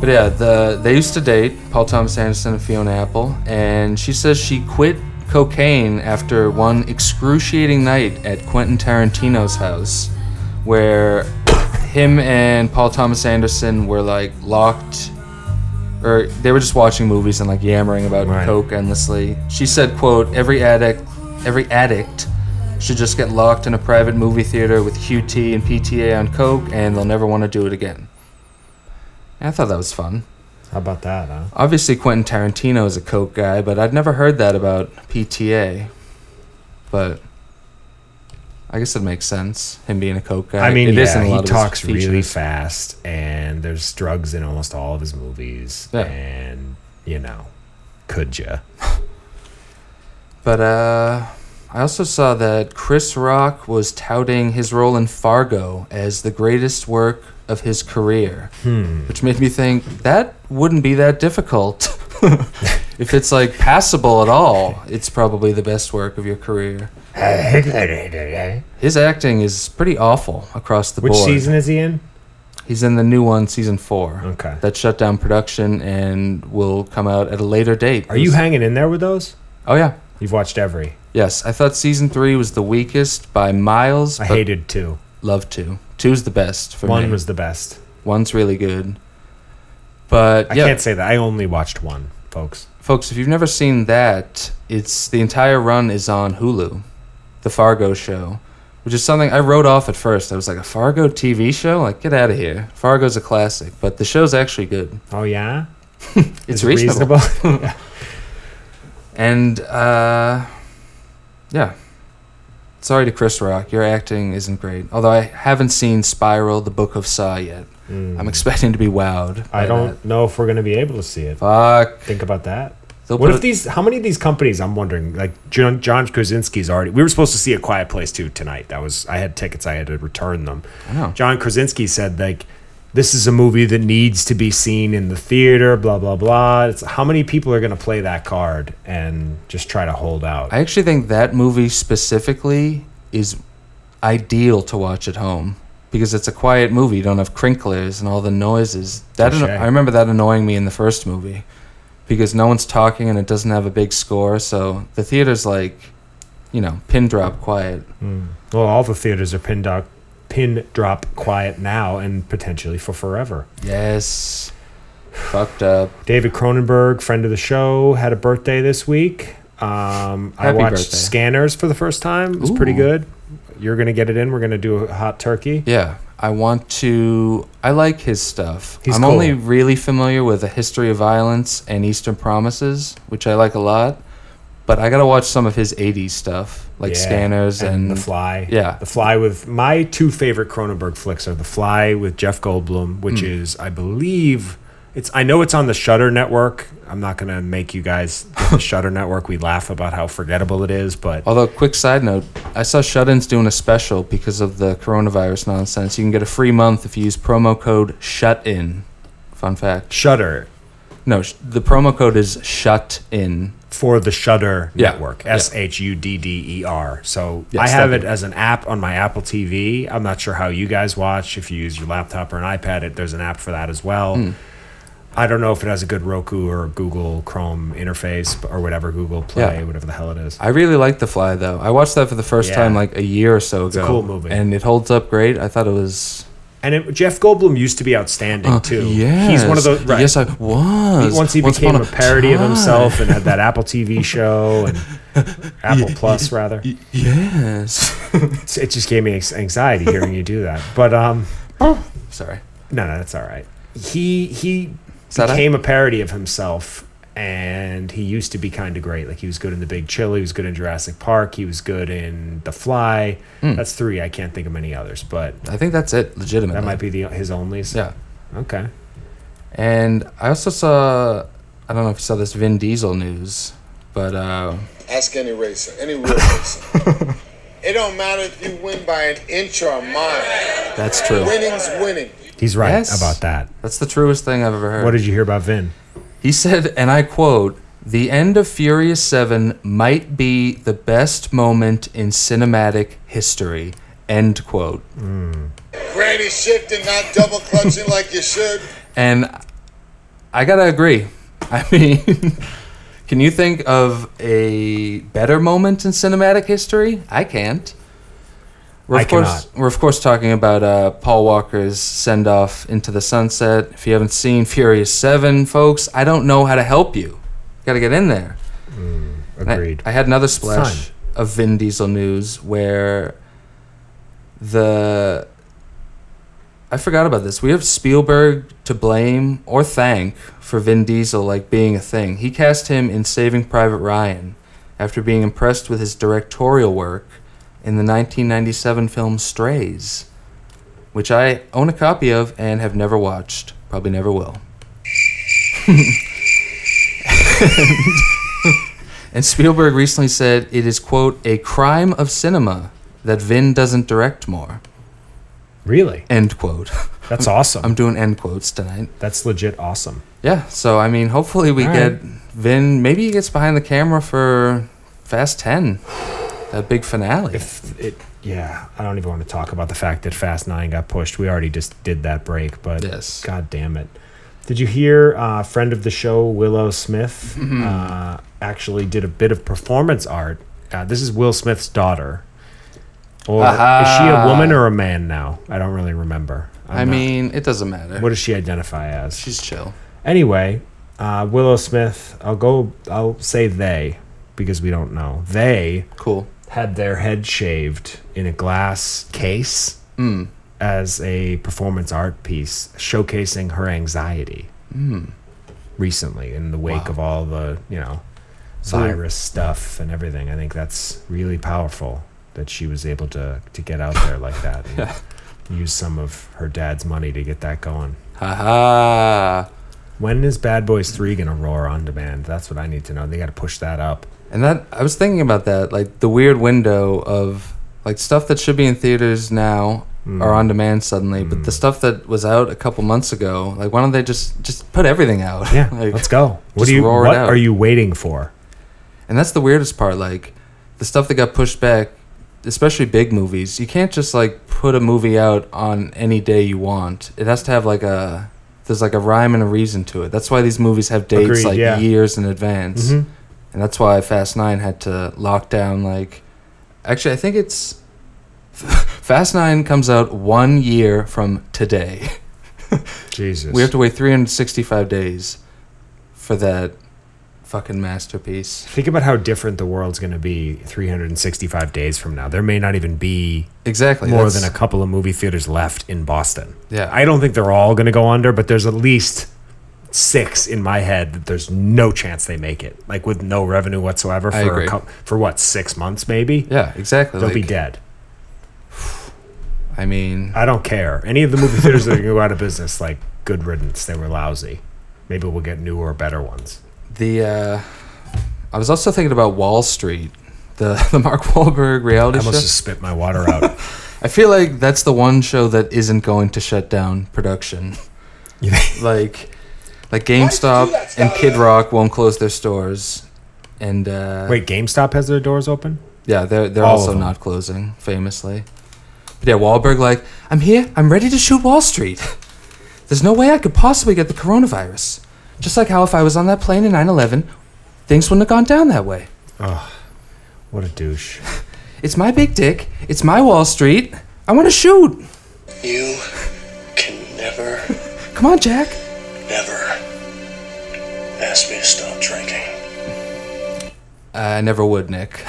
[SPEAKER 2] But yeah, the they used to date Paul Thomas Anderson and Fiona Apple, and she says she quit cocaine after one excruciating night at Quentin Tarantino's house, where him and Paul Thomas Anderson were like locked, or they were just watching movies and like yammering about
[SPEAKER 1] Right.
[SPEAKER 2] coke endlessly. She said, "quote Every addict, every addict." Should just get locked in a private movie theater with QT and PTA on coke, and they'll never want to do it again. I thought that was fun.
[SPEAKER 1] How about that, huh?
[SPEAKER 2] Obviously, Quentin Tarantino is a coke guy, but I'd never heard that about PTA. But I guess it makes sense him being a coke guy.
[SPEAKER 1] I mean,
[SPEAKER 2] It is
[SPEAKER 1] yeah,
[SPEAKER 2] in a lot
[SPEAKER 1] he
[SPEAKER 2] of his
[SPEAKER 1] talks really
[SPEAKER 2] features.
[SPEAKER 1] fast, and there's drugs in almost all of his movies.
[SPEAKER 2] Yeah.
[SPEAKER 1] And you know, could ya?
[SPEAKER 2] But uh, I also saw that Chris Rock was touting his role in Fargo as the greatest work of his career,
[SPEAKER 1] Hmm.
[SPEAKER 2] which made me think that wouldn't be that difficult. if it's like passable at all, it's probably the best work of your career. His acting is pretty awful across the
[SPEAKER 1] Which
[SPEAKER 2] board.
[SPEAKER 1] season is he in?
[SPEAKER 2] He's in the new one, season four.
[SPEAKER 1] Okay.
[SPEAKER 2] That shut down production and will come out at a later date.
[SPEAKER 1] Are you hanging in there with those?
[SPEAKER 2] oh yeah.
[SPEAKER 1] You've watched every.
[SPEAKER 2] Yes, I thought season three was the weakest by miles.
[SPEAKER 1] I
[SPEAKER 2] but
[SPEAKER 1] hated two.
[SPEAKER 2] Love two. Two's the best for
[SPEAKER 1] One
[SPEAKER 2] me.
[SPEAKER 1] was the best.
[SPEAKER 2] One's really good. But
[SPEAKER 1] I
[SPEAKER 2] yeah,
[SPEAKER 1] can't say that. I only watched one, folks.
[SPEAKER 2] folks, if you've never seen that, it's the entire run is on Hulu, the Fargo show, which is something I wrote off at first. I was like, a Fargo TV show? Like, get out of here. Fargo's a classic, but the show's actually good.
[SPEAKER 1] Oh yeah,
[SPEAKER 2] It's
[SPEAKER 1] Is it
[SPEAKER 2] reasonable.
[SPEAKER 1] reasonable?
[SPEAKER 2] And uh, yeah, sorry to Chris Rock, your acting isn't great. Although I haven't seen Spiral: The Book of Saw yet. I'm expecting to be wowed.
[SPEAKER 1] Hmm. I
[SPEAKER 2] by
[SPEAKER 1] don't know if we're gonna be able to see it.
[SPEAKER 2] that. Fuck.
[SPEAKER 1] Think about that.
[SPEAKER 2] They'll
[SPEAKER 1] what
[SPEAKER 2] put
[SPEAKER 1] if these? How many of these companies? I'm wondering. Like John, John Krasinski's already. We were supposed to see a Quiet Place too tonight. That was. I had tickets. I had to return them.
[SPEAKER 2] I know.
[SPEAKER 1] John Krasinski said like, "This is a movie that needs to be seen in the theater." Blah blah blah. It's how many people are going to play that card and just try to hold out.
[SPEAKER 2] I actually think that movie specifically is ideal to watch at home because it's a quiet movie. You don't have crinklers and all the noises. That anno-
[SPEAKER 1] Touche.
[SPEAKER 2] I remember that annoying me in the first movie because no one's talking and it doesn't have a big score. So the theater's like, you know, pin drop quiet.
[SPEAKER 1] well, all the theaters are pin doc, pin drop quiet now and potentially for forever.
[SPEAKER 2] Yes. Fucked up.
[SPEAKER 1] David Cronenberg, friend of the show, had a birthday this week. Um, I
[SPEAKER 2] Happy
[SPEAKER 1] watched
[SPEAKER 2] birthday.
[SPEAKER 1] Scanners for the first time. It was pretty
[SPEAKER 2] Ooh.
[SPEAKER 1] good. You're gonna get it in. We're gonna do a hot turkey.
[SPEAKER 2] Yeah. I want to. I like his stuff.
[SPEAKER 1] He's
[SPEAKER 2] I'm
[SPEAKER 1] cool.
[SPEAKER 2] only really familiar with A History of Violence and Eastern Promises, which I like a lot. But I got to watch some of his 80s stuff, like
[SPEAKER 1] Yeah,
[SPEAKER 2] Scanners and.
[SPEAKER 1] The Fly.
[SPEAKER 2] Yeah.
[SPEAKER 1] The Fly with my two favorite Cronenberg flicks are The Fly with Jeff Goldblum, which
[SPEAKER 2] Hmm.
[SPEAKER 1] is I believe it's I know it's on the Shutter Network. I'm not gonna make you guys get the Shutter Network. We laugh about how forgettable it is, but
[SPEAKER 2] Although, quick side note, I saw Shut In's doing a special because of the coronavirus nonsense. You can get a free month if you use promo code Shut In. Fun fact.
[SPEAKER 1] Shutter
[SPEAKER 2] No, sh- the promo code is Shut In.
[SPEAKER 1] for the Shudder
[SPEAKER 2] Yeah.
[SPEAKER 1] Network,
[SPEAKER 2] Yeah.
[SPEAKER 1] S H U D D E R. So
[SPEAKER 2] Yes,
[SPEAKER 1] I have
[SPEAKER 2] that
[SPEAKER 1] it
[SPEAKER 2] one.
[SPEAKER 1] as an app on my Apple TV. I'm not sure how you guys watch. If you use your laptop or an iPad, it, there's an app for that as well.
[SPEAKER 2] Hmm.
[SPEAKER 1] I don't know if it has a good Roku or Google Chrome interface b- or whatever Google Play,
[SPEAKER 2] Yeah.
[SPEAKER 1] whatever the hell it is.
[SPEAKER 2] I really like The Fly though. I watched that for the first
[SPEAKER 1] Yeah.
[SPEAKER 2] time like a year or so
[SPEAKER 1] a
[SPEAKER 2] ago.
[SPEAKER 1] cool movie.
[SPEAKER 2] and it holds up great. I thought it was
[SPEAKER 1] And it, Jeff Goldblum used to be outstanding too.
[SPEAKER 2] Uh, Yes,
[SPEAKER 1] he's one of those. Right.
[SPEAKER 2] Yes, I was.
[SPEAKER 1] once he
[SPEAKER 2] Once
[SPEAKER 1] became
[SPEAKER 2] upon
[SPEAKER 1] a parody of
[SPEAKER 2] time.
[SPEAKER 1] himself and had that Apple TV show and Apple Plus rather.
[SPEAKER 2] Yes.
[SPEAKER 1] It's- It just gave me ex- anxiety hearing you do that. But um,
[SPEAKER 2] Sorry.
[SPEAKER 1] no, no, that's all right. He he
[SPEAKER 2] that it?
[SPEAKER 1] became a parody of himself, and he used to be kind of great. Like he was good in The Big Chill, he was good in Jurassic Park, he was good in The Fly.
[SPEAKER 2] Hmm.
[SPEAKER 1] That's three. I can't think of many others, but
[SPEAKER 2] I think that's it. Legitimate.
[SPEAKER 1] that might be the his only.
[SPEAKER 2] Yeah.
[SPEAKER 1] Okay.
[SPEAKER 2] And I also saw. I don't know if you saw this Vin Diesel news, but uh,
[SPEAKER 5] Ask any racer, any real racer. it don't matter if you win by an inch or a mile.
[SPEAKER 2] that's true.
[SPEAKER 5] Winning's winning.
[SPEAKER 1] He's right
[SPEAKER 2] Yes.
[SPEAKER 1] about that.
[SPEAKER 2] That's the truest thing I've ever heard.
[SPEAKER 1] What did you hear about Vin?
[SPEAKER 2] He said, and I quote, the end of Furious 7 might be the best moment in cinematic history. End quote.
[SPEAKER 5] Granny shifting, not double clutching like you should.
[SPEAKER 2] And I gotta agree. I mean, can you think of a better moment in cinematic history? I can't. We're
[SPEAKER 1] I
[SPEAKER 2] of course,
[SPEAKER 1] cannot.
[SPEAKER 2] We're of course talking about uh, Paul Walker's send off into the sunset. If you haven't seen Furious Seven, folks, I don't know how to help you. Gotta get in there. And I-
[SPEAKER 1] Agreed.
[SPEAKER 2] I, had another splash of Vin Diesel news where the I forgot about this. We have Spielberg to blame or thank for Vin Diesel like being a thing. He cast him in Saving Private Ryan after being impressed with his directorial work in the 1997 film Strays, which I own a copy of and have never watched. Probably never will. And Spielberg recently said it is, quote, a crime of cinema that Vin doesn't direct more,
[SPEAKER 1] really?
[SPEAKER 2] end quote.
[SPEAKER 1] That's awesome.
[SPEAKER 2] I'm doing end quotes tonight.
[SPEAKER 1] That's legit awesome.
[SPEAKER 2] Yeah, so I mean, hopefully we
[SPEAKER 1] All
[SPEAKER 2] get
[SPEAKER 1] right.
[SPEAKER 2] Vin, maybe he gets behind the camera for Fast 10, that big finale.
[SPEAKER 1] If it, yeah, I don't even want to talk about the fact that Fast Nine got pushed. We already just did that break, but
[SPEAKER 2] Yes.
[SPEAKER 1] God damn it! Did you hear? Uh, friend of the show, Willow Smith,
[SPEAKER 2] Mm-hmm.
[SPEAKER 1] uh, actually did a bit of performance art. Uh, this is Will Smith's daughter. Or is she a
[SPEAKER 2] Aha.
[SPEAKER 1] woman or a man now? I don't really remember. I'm
[SPEAKER 2] I
[SPEAKER 1] not-
[SPEAKER 2] mean, it doesn't matter.
[SPEAKER 1] what does she identify as?
[SPEAKER 2] She's chill.
[SPEAKER 1] Anyway, uh, Willow Smith. I'll go. I'll say they because we don't know. They
[SPEAKER 2] Cool.
[SPEAKER 1] had their head shaved in a glass case
[SPEAKER 2] Hmm.
[SPEAKER 1] as a performance art piece showcasing her anxiety
[SPEAKER 2] Hmm.
[SPEAKER 1] recently in the wake of all the you know virus stuff and everything i think that's really powerful that she was able to to get out there like that and use some of her dad's money to get that going
[SPEAKER 2] Haha.
[SPEAKER 1] when is bad boys 3 gonna roar on demand that's what i need to know they gotta push that up
[SPEAKER 2] And that I was thinking about that, like the weird window of like stuff that should be in theaters now are on demand suddenly, but the stuff that was out a couple months ago, like why don't they just just put everything out?
[SPEAKER 1] yeah
[SPEAKER 2] like,
[SPEAKER 1] let's go what
[SPEAKER 2] just
[SPEAKER 1] do you
[SPEAKER 2] roar it
[SPEAKER 1] what
[SPEAKER 2] out.
[SPEAKER 1] are you waiting for
[SPEAKER 2] And that's the weirdest part, like the stuff that got pushed back, especially big movies. You can't just like put a movie out on any day you want. It has to have like a there's like a rhyme and a reason to it. That's why these movies have dates
[SPEAKER 1] Agreed,
[SPEAKER 2] like
[SPEAKER 1] yeah. Mm-hmm.
[SPEAKER 2] years in advance. And that's why Fast 9 had to lock down like actually I think it's Fast 9 comes out 1 year from today.
[SPEAKER 1] jesus
[SPEAKER 2] We have to wait 365 days for that fucking masterpiece.
[SPEAKER 1] Think about how different the world's going to be 365 days from now. There may not even be
[SPEAKER 2] Exactly.
[SPEAKER 1] more
[SPEAKER 2] that's-
[SPEAKER 1] than a couple of movie theaters left in Boston.
[SPEAKER 2] Yeah.
[SPEAKER 1] I don't think they're all going to go under, but there's at least six in my head that there's no chance they make it. Like with no revenue whatsoever
[SPEAKER 2] I
[SPEAKER 1] for
[SPEAKER 2] agree.
[SPEAKER 1] a cou- for what, 6 months maybe?
[SPEAKER 2] Yeah, exactly.
[SPEAKER 1] They'll be
[SPEAKER 2] like,
[SPEAKER 1] dead.
[SPEAKER 2] I mean,
[SPEAKER 1] I don't care. Any of the movie theaters that are going to go out of business like good riddance, they were lousy. Maybe we'll get newer better ones.
[SPEAKER 2] the uh, I was also thinking about Wall Street, the the Mark Wahlberg reality
[SPEAKER 1] I
[SPEAKER 2] show.
[SPEAKER 1] almost just spit my water out.
[SPEAKER 2] I feel like that's the one show that isn't going to shut down production. like, like
[SPEAKER 5] do
[SPEAKER 2] GameStop
[SPEAKER 5] that,
[SPEAKER 2] and
[SPEAKER 5] Scott?
[SPEAKER 2] Kid Rock won't close their stores. and uh,
[SPEAKER 1] Wait, GameStop has their doors open?
[SPEAKER 2] yeah, they're they're
[SPEAKER 1] All of
[SPEAKER 2] also
[SPEAKER 1] them.
[SPEAKER 2] not closing famously. But yeah, Wahlberg like I'm here, I'm ready to shoot Wall Street. There's no way I could possibly get the coronavirus. Just like how if I was on that plane in 9/11, things wouldn't have gone down that way.
[SPEAKER 1] What a douche.
[SPEAKER 2] It's my big dick. It's my Wall Street. I want to shoot.
[SPEAKER 3] You can never,
[SPEAKER 2] Come on, Jack.
[SPEAKER 3] never ask me to stop drinking.
[SPEAKER 2] Uh, I never would, Nick.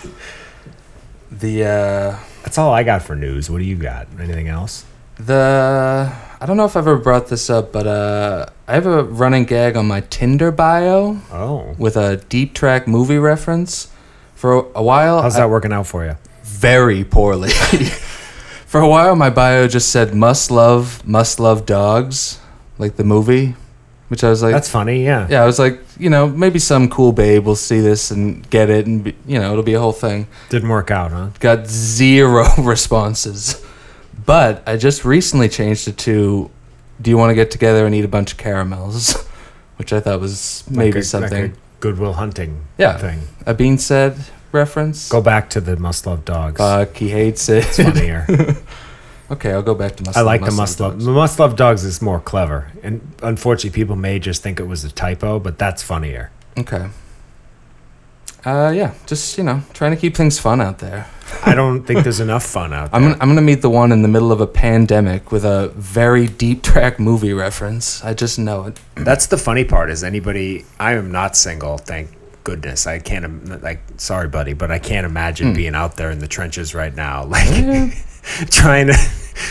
[SPEAKER 2] the uh
[SPEAKER 1] That's all I got for news. What do you got? Anything else?
[SPEAKER 2] the I don't know if I've ever brought this up, but uh I have a running gag on my Tinder bio
[SPEAKER 1] Oh.
[SPEAKER 2] with a deep track movie reference. For a while,
[SPEAKER 1] How's
[SPEAKER 2] I-
[SPEAKER 1] that working out for you?
[SPEAKER 2] very poorly. For a while, my bio just said "must love, must love dogs," like the movie, which I was like,
[SPEAKER 1] That's funny, yeah.
[SPEAKER 2] yeah, I was like, you know, maybe some cool babe will see this and get it, and be, you know, it'll be a whole thing.
[SPEAKER 1] Didn't work out, huh?
[SPEAKER 2] Got zero responses, but I just recently changed it to, "Do you want to get together and eat a bunch of caramels?" Which I thought was maybe
[SPEAKER 1] Like a- like
[SPEAKER 2] something.
[SPEAKER 1] a Goodwill hunting
[SPEAKER 2] yeah,
[SPEAKER 1] thing.
[SPEAKER 2] a bean said reference.
[SPEAKER 1] Go back to the must love dogs.
[SPEAKER 2] Fuck, he hates it.
[SPEAKER 1] Funnier.
[SPEAKER 2] Okay, I'll go back to must.
[SPEAKER 1] I like the must
[SPEAKER 2] Must Love
[SPEAKER 1] love.
[SPEAKER 2] Dogs.
[SPEAKER 1] The must love dogs is more clever, and unfortunately, people may just think it was a typo, but that's funnier.
[SPEAKER 2] Okay. Uh, yeah, just you know, trying to keep things fun out there.
[SPEAKER 1] I don't think there's enough fun out there.
[SPEAKER 2] I'm gonna, I'm gonna meet the one in the middle of a pandemic with a very deep track movie reference. I just know it.
[SPEAKER 1] That's the funny part. Is anybody? I am not single. Thank goodness. I can't. im- Like, sorry, buddy, but I can't imagine being out there in the trenches right now, like trying to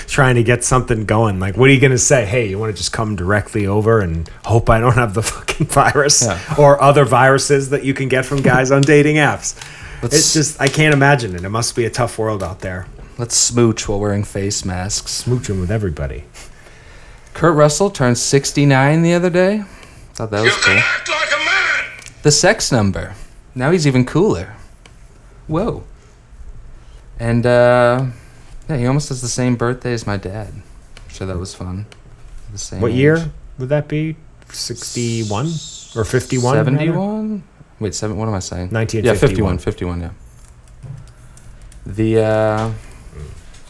[SPEAKER 1] trying to get something going. Like, what are you gonna say? Hey, you want to just come directly over and hope I don't have the fucking virus
[SPEAKER 2] Yeah.
[SPEAKER 1] or other viruses that you can get from guys on dating apps.
[SPEAKER 2] Let's-
[SPEAKER 1] It's just I can't imagine it. It must be a tough world out there.
[SPEAKER 2] Let's smooch while wearing face masks.
[SPEAKER 1] Smooching with everybody.
[SPEAKER 2] Kurt Russell turned 69 the other day. Thought that
[SPEAKER 4] You
[SPEAKER 2] was
[SPEAKER 4] can
[SPEAKER 2] cool.
[SPEAKER 4] act like a man.
[SPEAKER 2] The sex number. Now he's even cooler. Whoa. And uh, yeah, he almost has the same birthday as my dad. So that was fun. The same
[SPEAKER 1] What
[SPEAKER 2] age.
[SPEAKER 1] year would that be? Sixty-one or fifty-one? rather?
[SPEAKER 2] 71 wait seven, what am i saying
[SPEAKER 1] 1951.
[SPEAKER 2] yeah 51 51 yeah the uh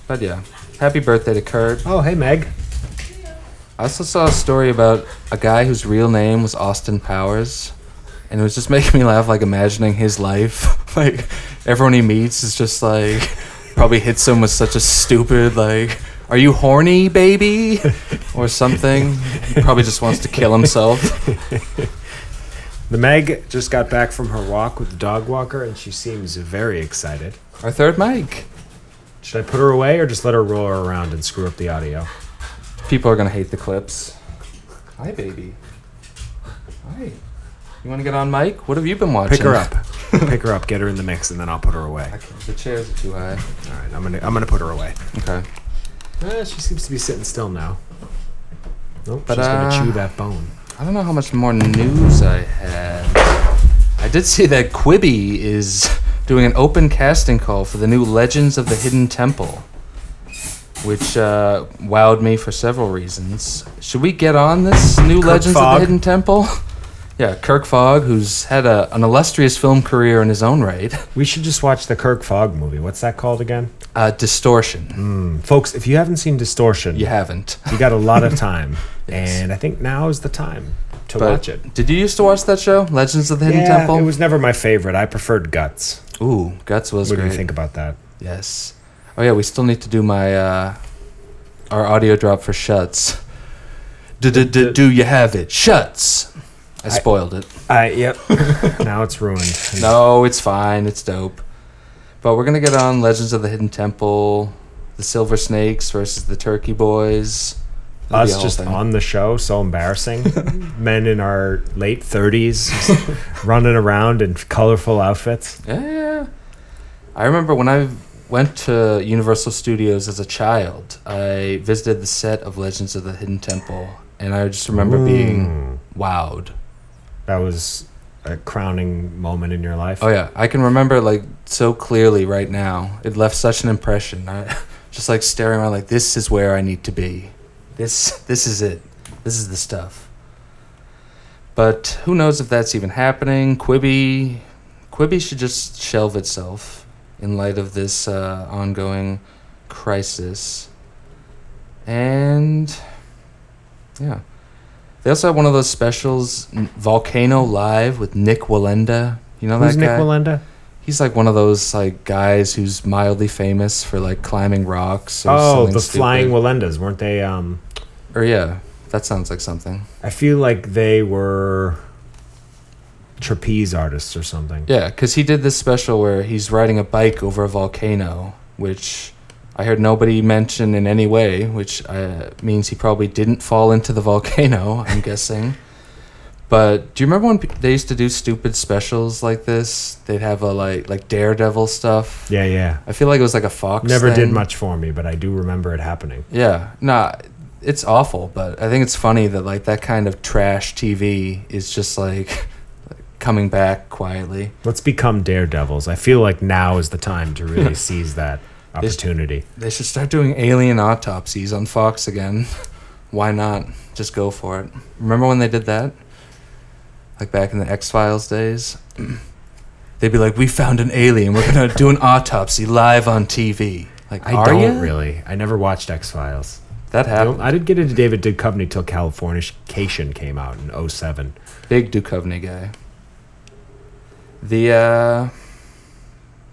[SPEAKER 2] but yeah happy birthday to kurt
[SPEAKER 1] Oh, hey Meg.
[SPEAKER 2] i also saw a story about a guy whose real name was austin powers and it was just making me laugh like imagining his life like everyone he meets is just like probably hits him with such a stupid like are you horny baby or something he probably just wants to kill himself
[SPEAKER 1] The Meg just got back from her walk with the dog walker, and she seems very excited.
[SPEAKER 2] our third mic
[SPEAKER 1] Should I put her away or just let her roll her around and screw up the audio?
[SPEAKER 2] People are gonna hate the clips. Hi, baby. Hi. You wanna get on mic? What have you been watching?
[SPEAKER 1] Pick her up. Pick her up. Get her in the mix, and then I'll put her away.
[SPEAKER 2] Okay, the chairs are too high.
[SPEAKER 1] All right, I'm gonna I'm gonna put her away.
[SPEAKER 2] Okay.
[SPEAKER 1] Eh, she seems to be sitting still now. Nope,
[SPEAKER 2] But,
[SPEAKER 1] she's
[SPEAKER 2] uh,
[SPEAKER 1] gonna chew that bone.
[SPEAKER 2] I don't know how much more news I had. I did see that Quibi is doing an open casting call for the new Legends of the Hidden Temple, which uh, wowed me for several reasons. Should we get on this new Legends of
[SPEAKER 1] Fogg.
[SPEAKER 2] the Hidden Temple? Yeah, Kirk Fogg, who's had a, an illustrious film career in his own right.
[SPEAKER 1] We should just watch the Kirk Fogg movie. What's that called again?
[SPEAKER 2] Uh,
[SPEAKER 1] Mm-hmm.
[SPEAKER 2] distortion.
[SPEAKER 1] Folks, if you haven't seen Distortion,
[SPEAKER 2] You haven't.
[SPEAKER 1] you got a lot of time,
[SPEAKER 2] Yes.
[SPEAKER 1] and I think now is the time to
[SPEAKER 2] But
[SPEAKER 1] watch it.
[SPEAKER 2] Did you used to watch that show, Legends of the Hidden
[SPEAKER 1] yeah,
[SPEAKER 2] Temple?
[SPEAKER 1] it was never my favorite. I preferred Guts.
[SPEAKER 2] Ooh, Guts was
[SPEAKER 1] What do
[SPEAKER 2] great.
[SPEAKER 1] you think about that?
[SPEAKER 2] Yes. Oh yeah, we still need to do my uh, our audio drop for Shuts. Do do you have it? Shuts. I spoiled it.
[SPEAKER 1] I yep. now it's ruined.
[SPEAKER 2] No, it's fine. It's dope. But we're gonna get on Legends of the Hidden Temple, the Silver Snakes versus the Turkey Boys. That'll be a
[SPEAKER 1] Us
[SPEAKER 2] whole
[SPEAKER 1] just
[SPEAKER 2] thing.
[SPEAKER 1] on the show, so embarrassing. Men in our late thirties running around in colorful outfits.
[SPEAKER 2] Yeah, yeah, yeah. I remember when I went to Universal Studios as a child, I visited the set of Legends of the Hidden Temple, and I just remember being wowed.
[SPEAKER 1] That was a crowning moment in your life.
[SPEAKER 2] Oh yeah, I can remember like so clearly right now. It left such an impression. I just like staring around like this is where I need to be. This this is it. This is the stuff. But who knows if that's even happening? Quibi, Quibi should just shelve itself in light of this uh, ongoing crisis. And yeah, they also have one of those specials, N- Volcano Live with Nick Walenda. You know
[SPEAKER 1] Who's
[SPEAKER 2] that
[SPEAKER 1] Nick
[SPEAKER 2] guy?
[SPEAKER 1] Walenda?
[SPEAKER 2] He's like one of those like guys who's mildly famous for like climbing rocks. Or
[SPEAKER 1] Oh,
[SPEAKER 2] something
[SPEAKER 1] the
[SPEAKER 2] stupid.
[SPEAKER 1] Flying Walendas, weren't they? Um,
[SPEAKER 2] Or yeah, that sounds like something.
[SPEAKER 1] I feel like they were trapeze artists or something.
[SPEAKER 2] Yeah, because he did this special where he's riding a bike over a volcano, which I heard nobody mention in any way, which uh, means he probably didn't fall into the volcano, I'm guessing. But do you remember when pe- they used to do stupid specials like this? They'd have a like like Daredevil stuff.
[SPEAKER 1] yeah. yeah.
[SPEAKER 2] I feel like it was like a Fox.
[SPEAKER 1] Never did
[SPEAKER 2] thing.
[SPEAKER 1] much for me, but I do remember it happening.
[SPEAKER 2] Yeah, nah, it's awful, but I think it's funny that like that kind of trash TV is just like coming back quietly.
[SPEAKER 1] Let's become daredevils. I feel like now is the time to really seize that opportunity.
[SPEAKER 2] They should start doing alien autopsies on Fox again. Why not? Just go for it. Remember when they did that? Like back in the X Files days? They'd be like, "We found an alien. We're gonna do an autopsy live on TV." Like,
[SPEAKER 1] I
[SPEAKER 2] are
[SPEAKER 1] don't
[SPEAKER 2] ya?
[SPEAKER 1] really. I never watched X Files.
[SPEAKER 2] That happened.
[SPEAKER 1] I did get into David Duchovny till Californication came out in 07.
[SPEAKER 2] Big Duchovny guy. The, uh,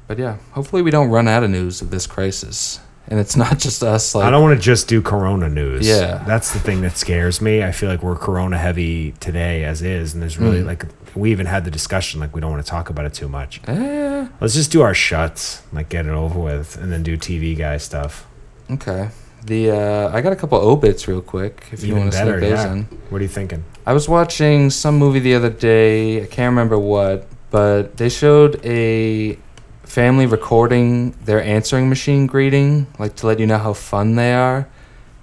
[SPEAKER 2] but yeah, hopefully we don't run out of news of this crisis, and it's not just us. Like,
[SPEAKER 1] I don't want to just do Corona news.
[SPEAKER 2] Yeah.
[SPEAKER 1] that's the thing that scares me. I feel like we're Corona heavy today as is, and there's
[SPEAKER 2] Hmm.
[SPEAKER 1] really like we even had the discussion like we don't want to talk about it too much.
[SPEAKER 2] Eh,
[SPEAKER 1] Let's just do our shuts, like get it over with, and then do TV guy stuff.
[SPEAKER 2] okay. The uh, I got a couple obits real quick if you
[SPEAKER 1] Even
[SPEAKER 2] want to
[SPEAKER 1] better,
[SPEAKER 2] sneak those
[SPEAKER 1] yeah.
[SPEAKER 2] in.
[SPEAKER 1] What are you thinking?
[SPEAKER 2] I was watching some movie the other day. I can't remember what, but they showed a family recording their answering machine greeting, like to let you know how fun they are.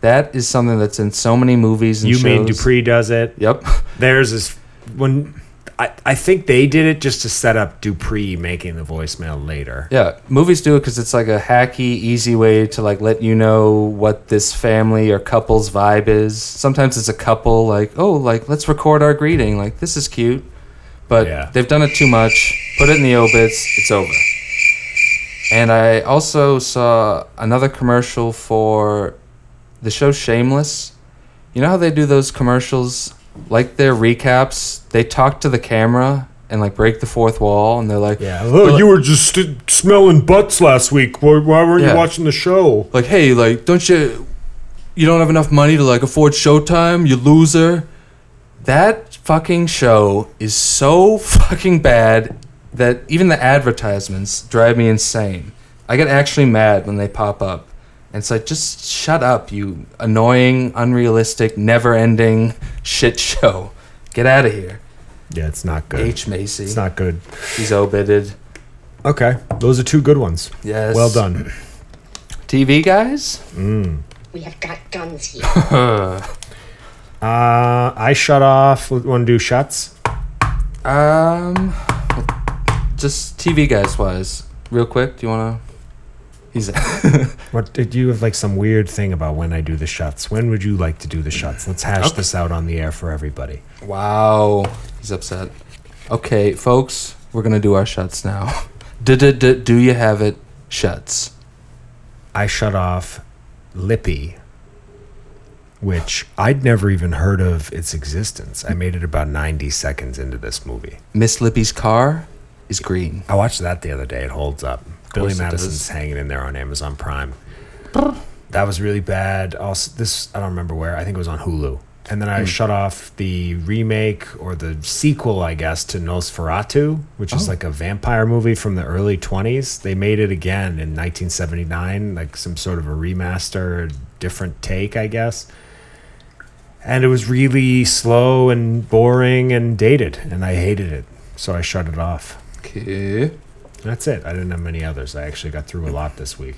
[SPEAKER 2] That is something that's in so many movies and
[SPEAKER 1] you
[SPEAKER 2] shows.
[SPEAKER 1] mean Dupree does it?
[SPEAKER 2] Yep.
[SPEAKER 1] Theirs is when I, I think they did it just to set up Dupree making the voicemail later.
[SPEAKER 2] Yeah, movies do it because it's like a hacky, easy way to like let you know what this family or couple's vibe is. Sometimes it's a couple like, oh, like let's record our greeting. Like this is cute, but
[SPEAKER 1] Yeah.
[SPEAKER 2] they've done it too much. Put it in the obits. It's over. And I also saw another commercial for the show Shameless. You know how they do those commercials, like their recaps. They talk to the camera and like break the fourth wall, and they're like,
[SPEAKER 1] Oh, you were just uh, smelling butts last week. Why, why weren't
[SPEAKER 2] Yeah.
[SPEAKER 1] you watching the show?
[SPEAKER 2] like, hey, like, don't you, you don't have enough money to like afford Showtime, you loser. That fucking show is so fucking bad that even the advertisements drive me insane. I get actually mad when they pop up. And it's like, just shut up, you annoying, unrealistic, never ending shit show. Get out of here.
[SPEAKER 1] Yeah, it's not good.
[SPEAKER 2] H. Macy.
[SPEAKER 1] It's not good.
[SPEAKER 2] He's obitted.
[SPEAKER 1] Okay, those are two good ones.
[SPEAKER 2] Yes.
[SPEAKER 1] Well done.
[SPEAKER 2] TV guys?
[SPEAKER 6] We have got guns here.
[SPEAKER 1] Uh, I shut off. Want to do shots?
[SPEAKER 2] Um, just TV guys wise, real quick. Do you wanna? He's
[SPEAKER 1] What did you have like some weird thing about when I do the shots? When would you like to do the shots? Let's hash this out on the air for everybody.
[SPEAKER 2] wow. He's upset. Okay, folks, we're gonna do our shuts now. Do do do do you have it? Shuts.
[SPEAKER 1] I shut off Lippy, which I'd never even heard of its existence. I made it about 90 seconds into this movie.
[SPEAKER 2] Miss Lippy's car is green.
[SPEAKER 1] I watched that the other day. It holds up. Billy
[SPEAKER 2] course it does.
[SPEAKER 1] Madison's hanging in there on Amazon Prime. That was really bad. Also, this I don't remember where. I think it was on Hulu. And then
[SPEAKER 2] Hmm.
[SPEAKER 1] I shut off the remake or the sequel, I guess, to Nosferatu, which
[SPEAKER 2] Oh.
[SPEAKER 1] is like a vampire movie from the early 20s. They made it again in 1979, like some sort of a remaster, different take, I guess and it was really slow and boring and dated and i hated it so i shut it off
[SPEAKER 2] Okay.
[SPEAKER 1] that's it i didn't have many others i actually got through a lot this week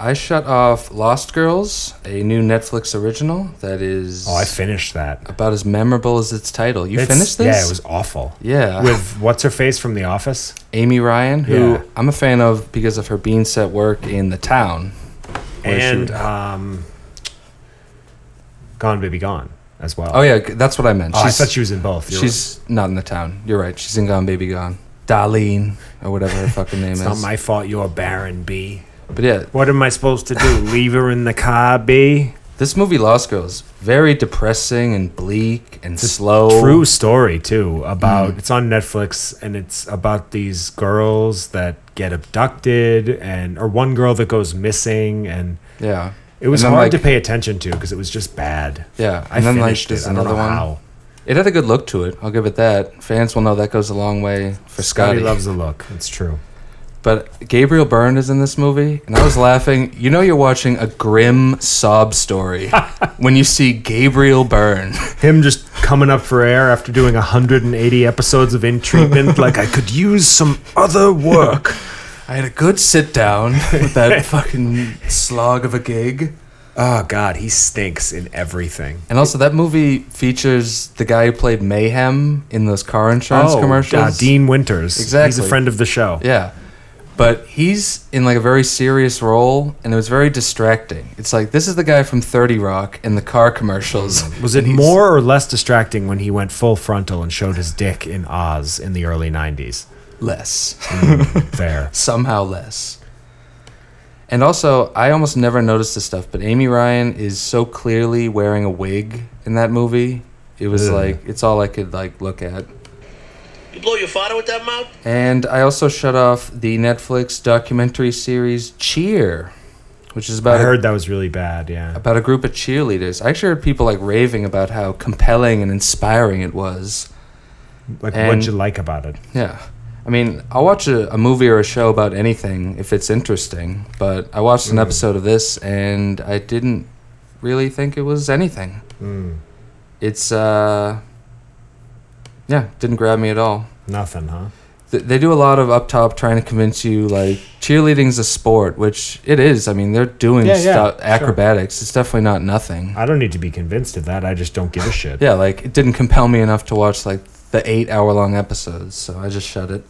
[SPEAKER 2] I shut off Lost Girls, a new Netflix original that is
[SPEAKER 1] oh i finished that
[SPEAKER 2] about as memorable as its title. You
[SPEAKER 1] It's-
[SPEAKER 2] finished this?
[SPEAKER 1] yeah it was awful
[SPEAKER 2] Yeah.
[SPEAKER 1] with what's her face from the office
[SPEAKER 2] Amy Ryan, who
[SPEAKER 1] Yeah.
[SPEAKER 2] I'm a fan of because of her being set work in the town. where she
[SPEAKER 1] and
[SPEAKER 2] would-
[SPEAKER 1] um gone baby gone as well.
[SPEAKER 2] Oh yeah, that's what I meant.
[SPEAKER 1] Oh, I thought she was in both. You're-
[SPEAKER 2] She's not in the town. You're right. She's in Gone Baby Gone. Darlene or whatever her fucking name
[SPEAKER 1] It's
[SPEAKER 2] is.
[SPEAKER 1] not my fault you're Baron B.
[SPEAKER 2] but yeah,
[SPEAKER 1] What am I supposed to do? Leave her in the car, B?
[SPEAKER 2] this movie Lost Girls very depressing and bleak and slow.
[SPEAKER 1] True story too about
[SPEAKER 2] Mm.
[SPEAKER 1] it's on Netflix and it's about these girls that get abducted and or one girl that goes missing and
[SPEAKER 2] Yeah.
[SPEAKER 1] it was
[SPEAKER 2] And then,
[SPEAKER 1] hard
[SPEAKER 2] like-
[SPEAKER 1] to pay attention to because it was just bad.
[SPEAKER 2] Yeah,
[SPEAKER 1] I
[SPEAKER 2] and then, like,
[SPEAKER 1] finished
[SPEAKER 2] there's
[SPEAKER 1] it. I don't know
[SPEAKER 2] another one.
[SPEAKER 1] how.
[SPEAKER 2] It had a good look to it. I'll give it that. Fans will know that goes a long way for Scotty.
[SPEAKER 1] Scotty loves the look. It's true.
[SPEAKER 2] But Gabriel Byrne is in this movie, and I was laughing. You know, you're watching a grim sob story when you see Gabriel Byrne.
[SPEAKER 1] Him just coming up for air after doing 180 episodes of in treatment, like I could use some other work.
[SPEAKER 2] I had a good sit down with that fucking slog of a gig.
[SPEAKER 1] Oh God, he stinks in everything.
[SPEAKER 2] And also, that movie features the guy who played Mayhem in those car insurance commercials.
[SPEAKER 1] Oh, God, Dean Winters. He's a
[SPEAKER 2] Exactly.
[SPEAKER 1] friend of the show.
[SPEAKER 2] Yeah. But he's in like a very serious role, and it was very distracting. It's like this is the guy from Thirty Rock in the car commercials.
[SPEAKER 1] Was it
[SPEAKER 2] And he's-
[SPEAKER 1] more or less distracting when he went full frontal and showed his dick in Oz in the early 90s?
[SPEAKER 2] less?
[SPEAKER 1] There.
[SPEAKER 2] somehow less. And also, I almost never noticed this stuff, but Amy Ryan is so clearly wearing a wig in that movie. It was
[SPEAKER 1] Ugh.
[SPEAKER 2] like it's all I could like look at.
[SPEAKER 3] You blow your father with that mouth?
[SPEAKER 2] And I also shut off the Netflix documentary series Cheer, which is
[SPEAKER 1] I
[SPEAKER 2] about a,
[SPEAKER 1] heard that was really bad, yeah.
[SPEAKER 2] about a group of cheerleaders. I actually heard people like raving about how compelling and inspiring it was.
[SPEAKER 1] Like,
[SPEAKER 2] and-
[SPEAKER 1] what'd you like about it?
[SPEAKER 2] Yeah. I mean, I'll watch a, a movie or a show about anything if it's interesting, but I watched an
[SPEAKER 1] Mm.
[SPEAKER 2] episode of this and I didn't really think it was anything.
[SPEAKER 1] Mm.
[SPEAKER 2] It's, uh, yeah, didn't grab me at all.
[SPEAKER 1] Nothing, huh?
[SPEAKER 2] Th- They do a lot of up top trying to convince you like cheerleading's a sport, which it is. I mean, they're doing
[SPEAKER 1] Yeah, yeah,
[SPEAKER 2] stuff,
[SPEAKER 1] sure.
[SPEAKER 2] acrobatics. It's definitely not nothing.
[SPEAKER 1] I don't need to be convinced of that. I just don't give a shit.
[SPEAKER 2] yeah, like it didn't compel me enough to watch like the eight hour long episodes, so I just shut it.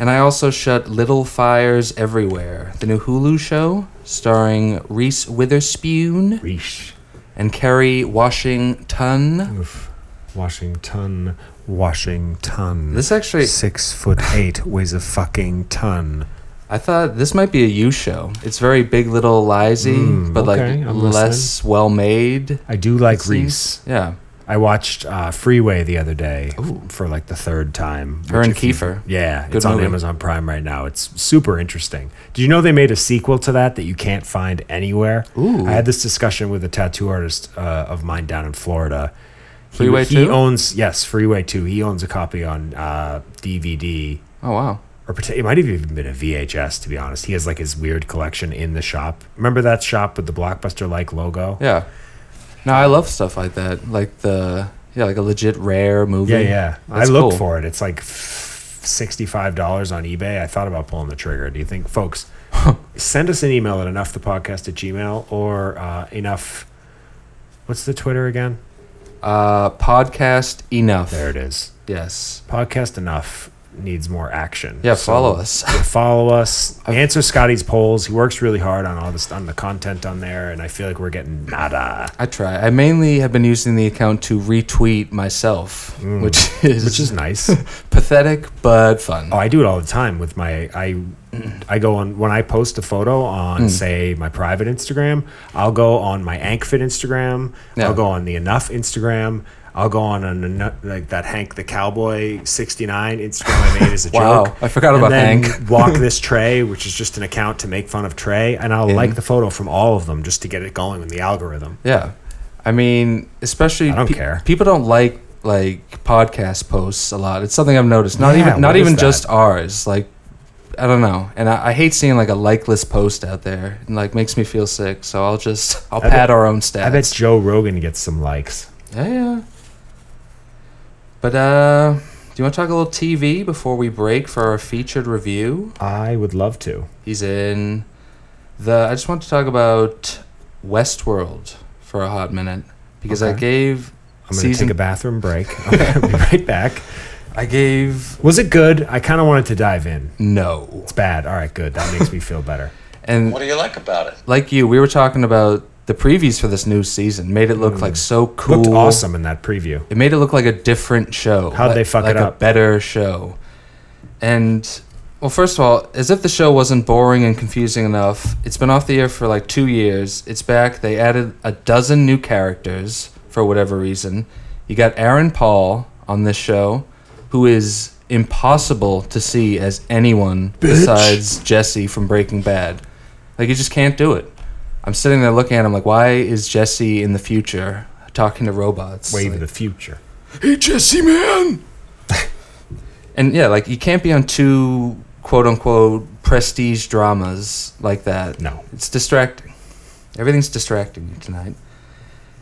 [SPEAKER 2] And I also shut Little Fires Everywhere, the new Hulu show starring Reese Witherspoon
[SPEAKER 1] Reesh.
[SPEAKER 2] and Kerry Washington.
[SPEAKER 1] Oof. Washington. Washington.
[SPEAKER 2] This actually,
[SPEAKER 1] Six foot eight weighs a fucking ton.
[SPEAKER 2] I thought this might be a you show. It's very Big Little Liesy,
[SPEAKER 1] Mm,
[SPEAKER 2] but
[SPEAKER 1] okay,
[SPEAKER 2] like
[SPEAKER 1] I'm
[SPEAKER 2] less well made.
[SPEAKER 1] I do like Reese.
[SPEAKER 2] Yeah,
[SPEAKER 1] I watched uh, Freeway the other day for like the third time.
[SPEAKER 2] Her
[SPEAKER 1] which
[SPEAKER 2] and
[SPEAKER 1] if you-
[SPEAKER 2] Kiefer.
[SPEAKER 1] yeah,
[SPEAKER 2] Good
[SPEAKER 1] it's on
[SPEAKER 2] movie.
[SPEAKER 1] Amazon Prime right now. It's super interesting. Did you know they made a sequel to that that you can't find anywhere?
[SPEAKER 2] Ooh.
[SPEAKER 1] I had this discussion with a tattoo artist uh, of mine down in Florida. He,
[SPEAKER 2] Freeway
[SPEAKER 1] he
[SPEAKER 2] 2?
[SPEAKER 1] owns yes, Freeway Two. He owns a copy on uh, DVD
[SPEAKER 2] Oh wow.
[SPEAKER 1] or pota- it might have even been a VHS. To be honest, he has like his weird collection in the shop. Remember that shop with the blockbuster like logo?
[SPEAKER 2] Yeah. No, I love stuff like that. Like the yeah, like a legit rare movie.
[SPEAKER 1] Yeah, yeah.
[SPEAKER 2] That's
[SPEAKER 1] I looked
[SPEAKER 2] cool.
[SPEAKER 1] for it. It's like sixty-five dollars on eBay. I thought about pulling the trigger. Do you think, folks, send us an email at enoughthepodcast at gmail or uh, enough. What's the Twitter again?
[SPEAKER 2] Uh, podcast enough.
[SPEAKER 1] There it is.
[SPEAKER 2] Yes.
[SPEAKER 1] Podcast enough needs more action.
[SPEAKER 2] Yeah, follow us.
[SPEAKER 1] yeah, follow us. Answer Scotty's polls. He works really hard on all this on the content on there, and I feel like we're getting nada,
[SPEAKER 2] I try. I mainly have been using the account to retweet myself, which is
[SPEAKER 1] Mm. which is nice.
[SPEAKER 2] pathetic but fun.
[SPEAKER 1] Oh, I do it all the time with my I I go on when I post a photo on
[SPEAKER 2] Hmm.
[SPEAKER 1] say my private Instagram, I'll go on my Ankfit Instagram,
[SPEAKER 2] Yeah.
[SPEAKER 1] I'll go on the Enough Instagram, I'll go on an, Eno- like that Hank the Cowboy 69 Instagram I made as a
[SPEAKER 2] Wow,
[SPEAKER 1] joke.
[SPEAKER 2] I forgot
[SPEAKER 1] And
[SPEAKER 2] about
[SPEAKER 1] then
[SPEAKER 2] Hank.
[SPEAKER 1] Walk this Trey, which is just an account to make fun of Trey, and I'll
[SPEAKER 2] Mm-hmm.
[SPEAKER 1] like the photo from all of them just to get it going in the algorithm.
[SPEAKER 2] Yeah. I mean, especially
[SPEAKER 1] I don't care.
[SPEAKER 2] people don't like like podcast posts a lot. It's something I've noticed. Not
[SPEAKER 1] Yeah,
[SPEAKER 2] even not
[SPEAKER 1] what is
[SPEAKER 2] even
[SPEAKER 1] that?
[SPEAKER 2] just ours. Like I don't know. And I, I hate seeing like a likeless post out there. And like makes me feel sick. So I'll just I'll
[SPEAKER 1] bet-
[SPEAKER 2] pad our own stats.
[SPEAKER 1] I bet Joe Rogan gets some likes.
[SPEAKER 2] Yeah, yeah. But uh, do you want to talk a little TV before we break for our featured review?
[SPEAKER 1] I would love to.
[SPEAKER 2] He's in the. I just want to talk about Westworld for a hot minute because I
[SPEAKER 1] Okay.
[SPEAKER 2] gave
[SPEAKER 1] I'm going to
[SPEAKER 2] season.
[SPEAKER 1] take a bathroom break. I'll be right back.
[SPEAKER 2] I gave
[SPEAKER 1] Was it good? I kind of wanted to dive in.
[SPEAKER 2] no,
[SPEAKER 1] It's bad. All right, good. That makes me feel better.
[SPEAKER 2] and
[SPEAKER 3] What do you like about it?
[SPEAKER 2] like you, we were talking about the previews for this new season made it look like so cool.
[SPEAKER 1] Mm. Looked awesome in that preview.
[SPEAKER 2] It made it look like a different show.
[SPEAKER 1] How'd
[SPEAKER 2] like,
[SPEAKER 1] they fuck it
[SPEAKER 2] like
[SPEAKER 1] up?
[SPEAKER 2] A better show. And well, first of all, as if the show wasn't boring and confusing enough, it's been off the air for like two years. It's back. They added a dozen new characters for whatever reason. You got Aaron Paul on this show, who is impossible to see as anyone besides Jesse from Breaking Bad. Like you just can't do it. I'm sitting there looking at him like, why is Jesse in the future talking to robots?
[SPEAKER 1] Way
[SPEAKER 2] Like-
[SPEAKER 1] to the future.
[SPEAKER 2] Hey, Jesse, man. and yeah, like you can't be on two quote unquote prestige dramas like that.
[SPEAKER 1] No.
[SPEAKER 2] It's distracting. Everything's distracting you tonight.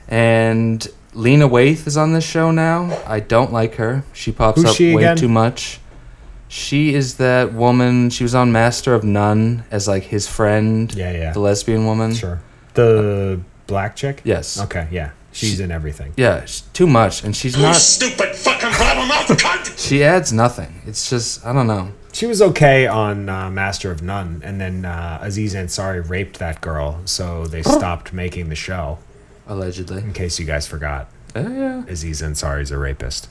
[SPEAKER 2] And Lena Waithe is on this show now. I don't like her. She pops
[SPEAKER 1] Who's
[SPEAKER 2] up
[SPEAKER 1] she
[SPEAKER 2] way
[SPEAKER 1] again?
[SPEAKER 2] too much. She is that woman. She was on Master of None as like his friend.
[SPEAKER 1] Yeah, yeah.
[SPEAKER 2] The lesbian woman.
[SPEAKER 1] Sure. The black chick?
[SPEAKER 2] Yes.
[SPEAKER 1] Okay, yeah. She's in everything.
[SPEAKER 2] Yeah, she's too much, and she's
[SPEAKER 4] You
[SPEAKER 2] not.
[SPEAKER 4] stupid fucking blabbermouth cunt!
[SPEAKER 2] She adds nothing. It's just I don't know.
[SPEAKER 1] She was okay on uh, Master of None, and then uh, Aziz Ansari raped that girl, so they stopped making the show.
[SPEAKER 2] Allegedly.
[SPEAKER 1] In case you guys forgot,
[SPEAKER 2] yeah.
[SPEAKER 1] Aziz Ansari's a rapist.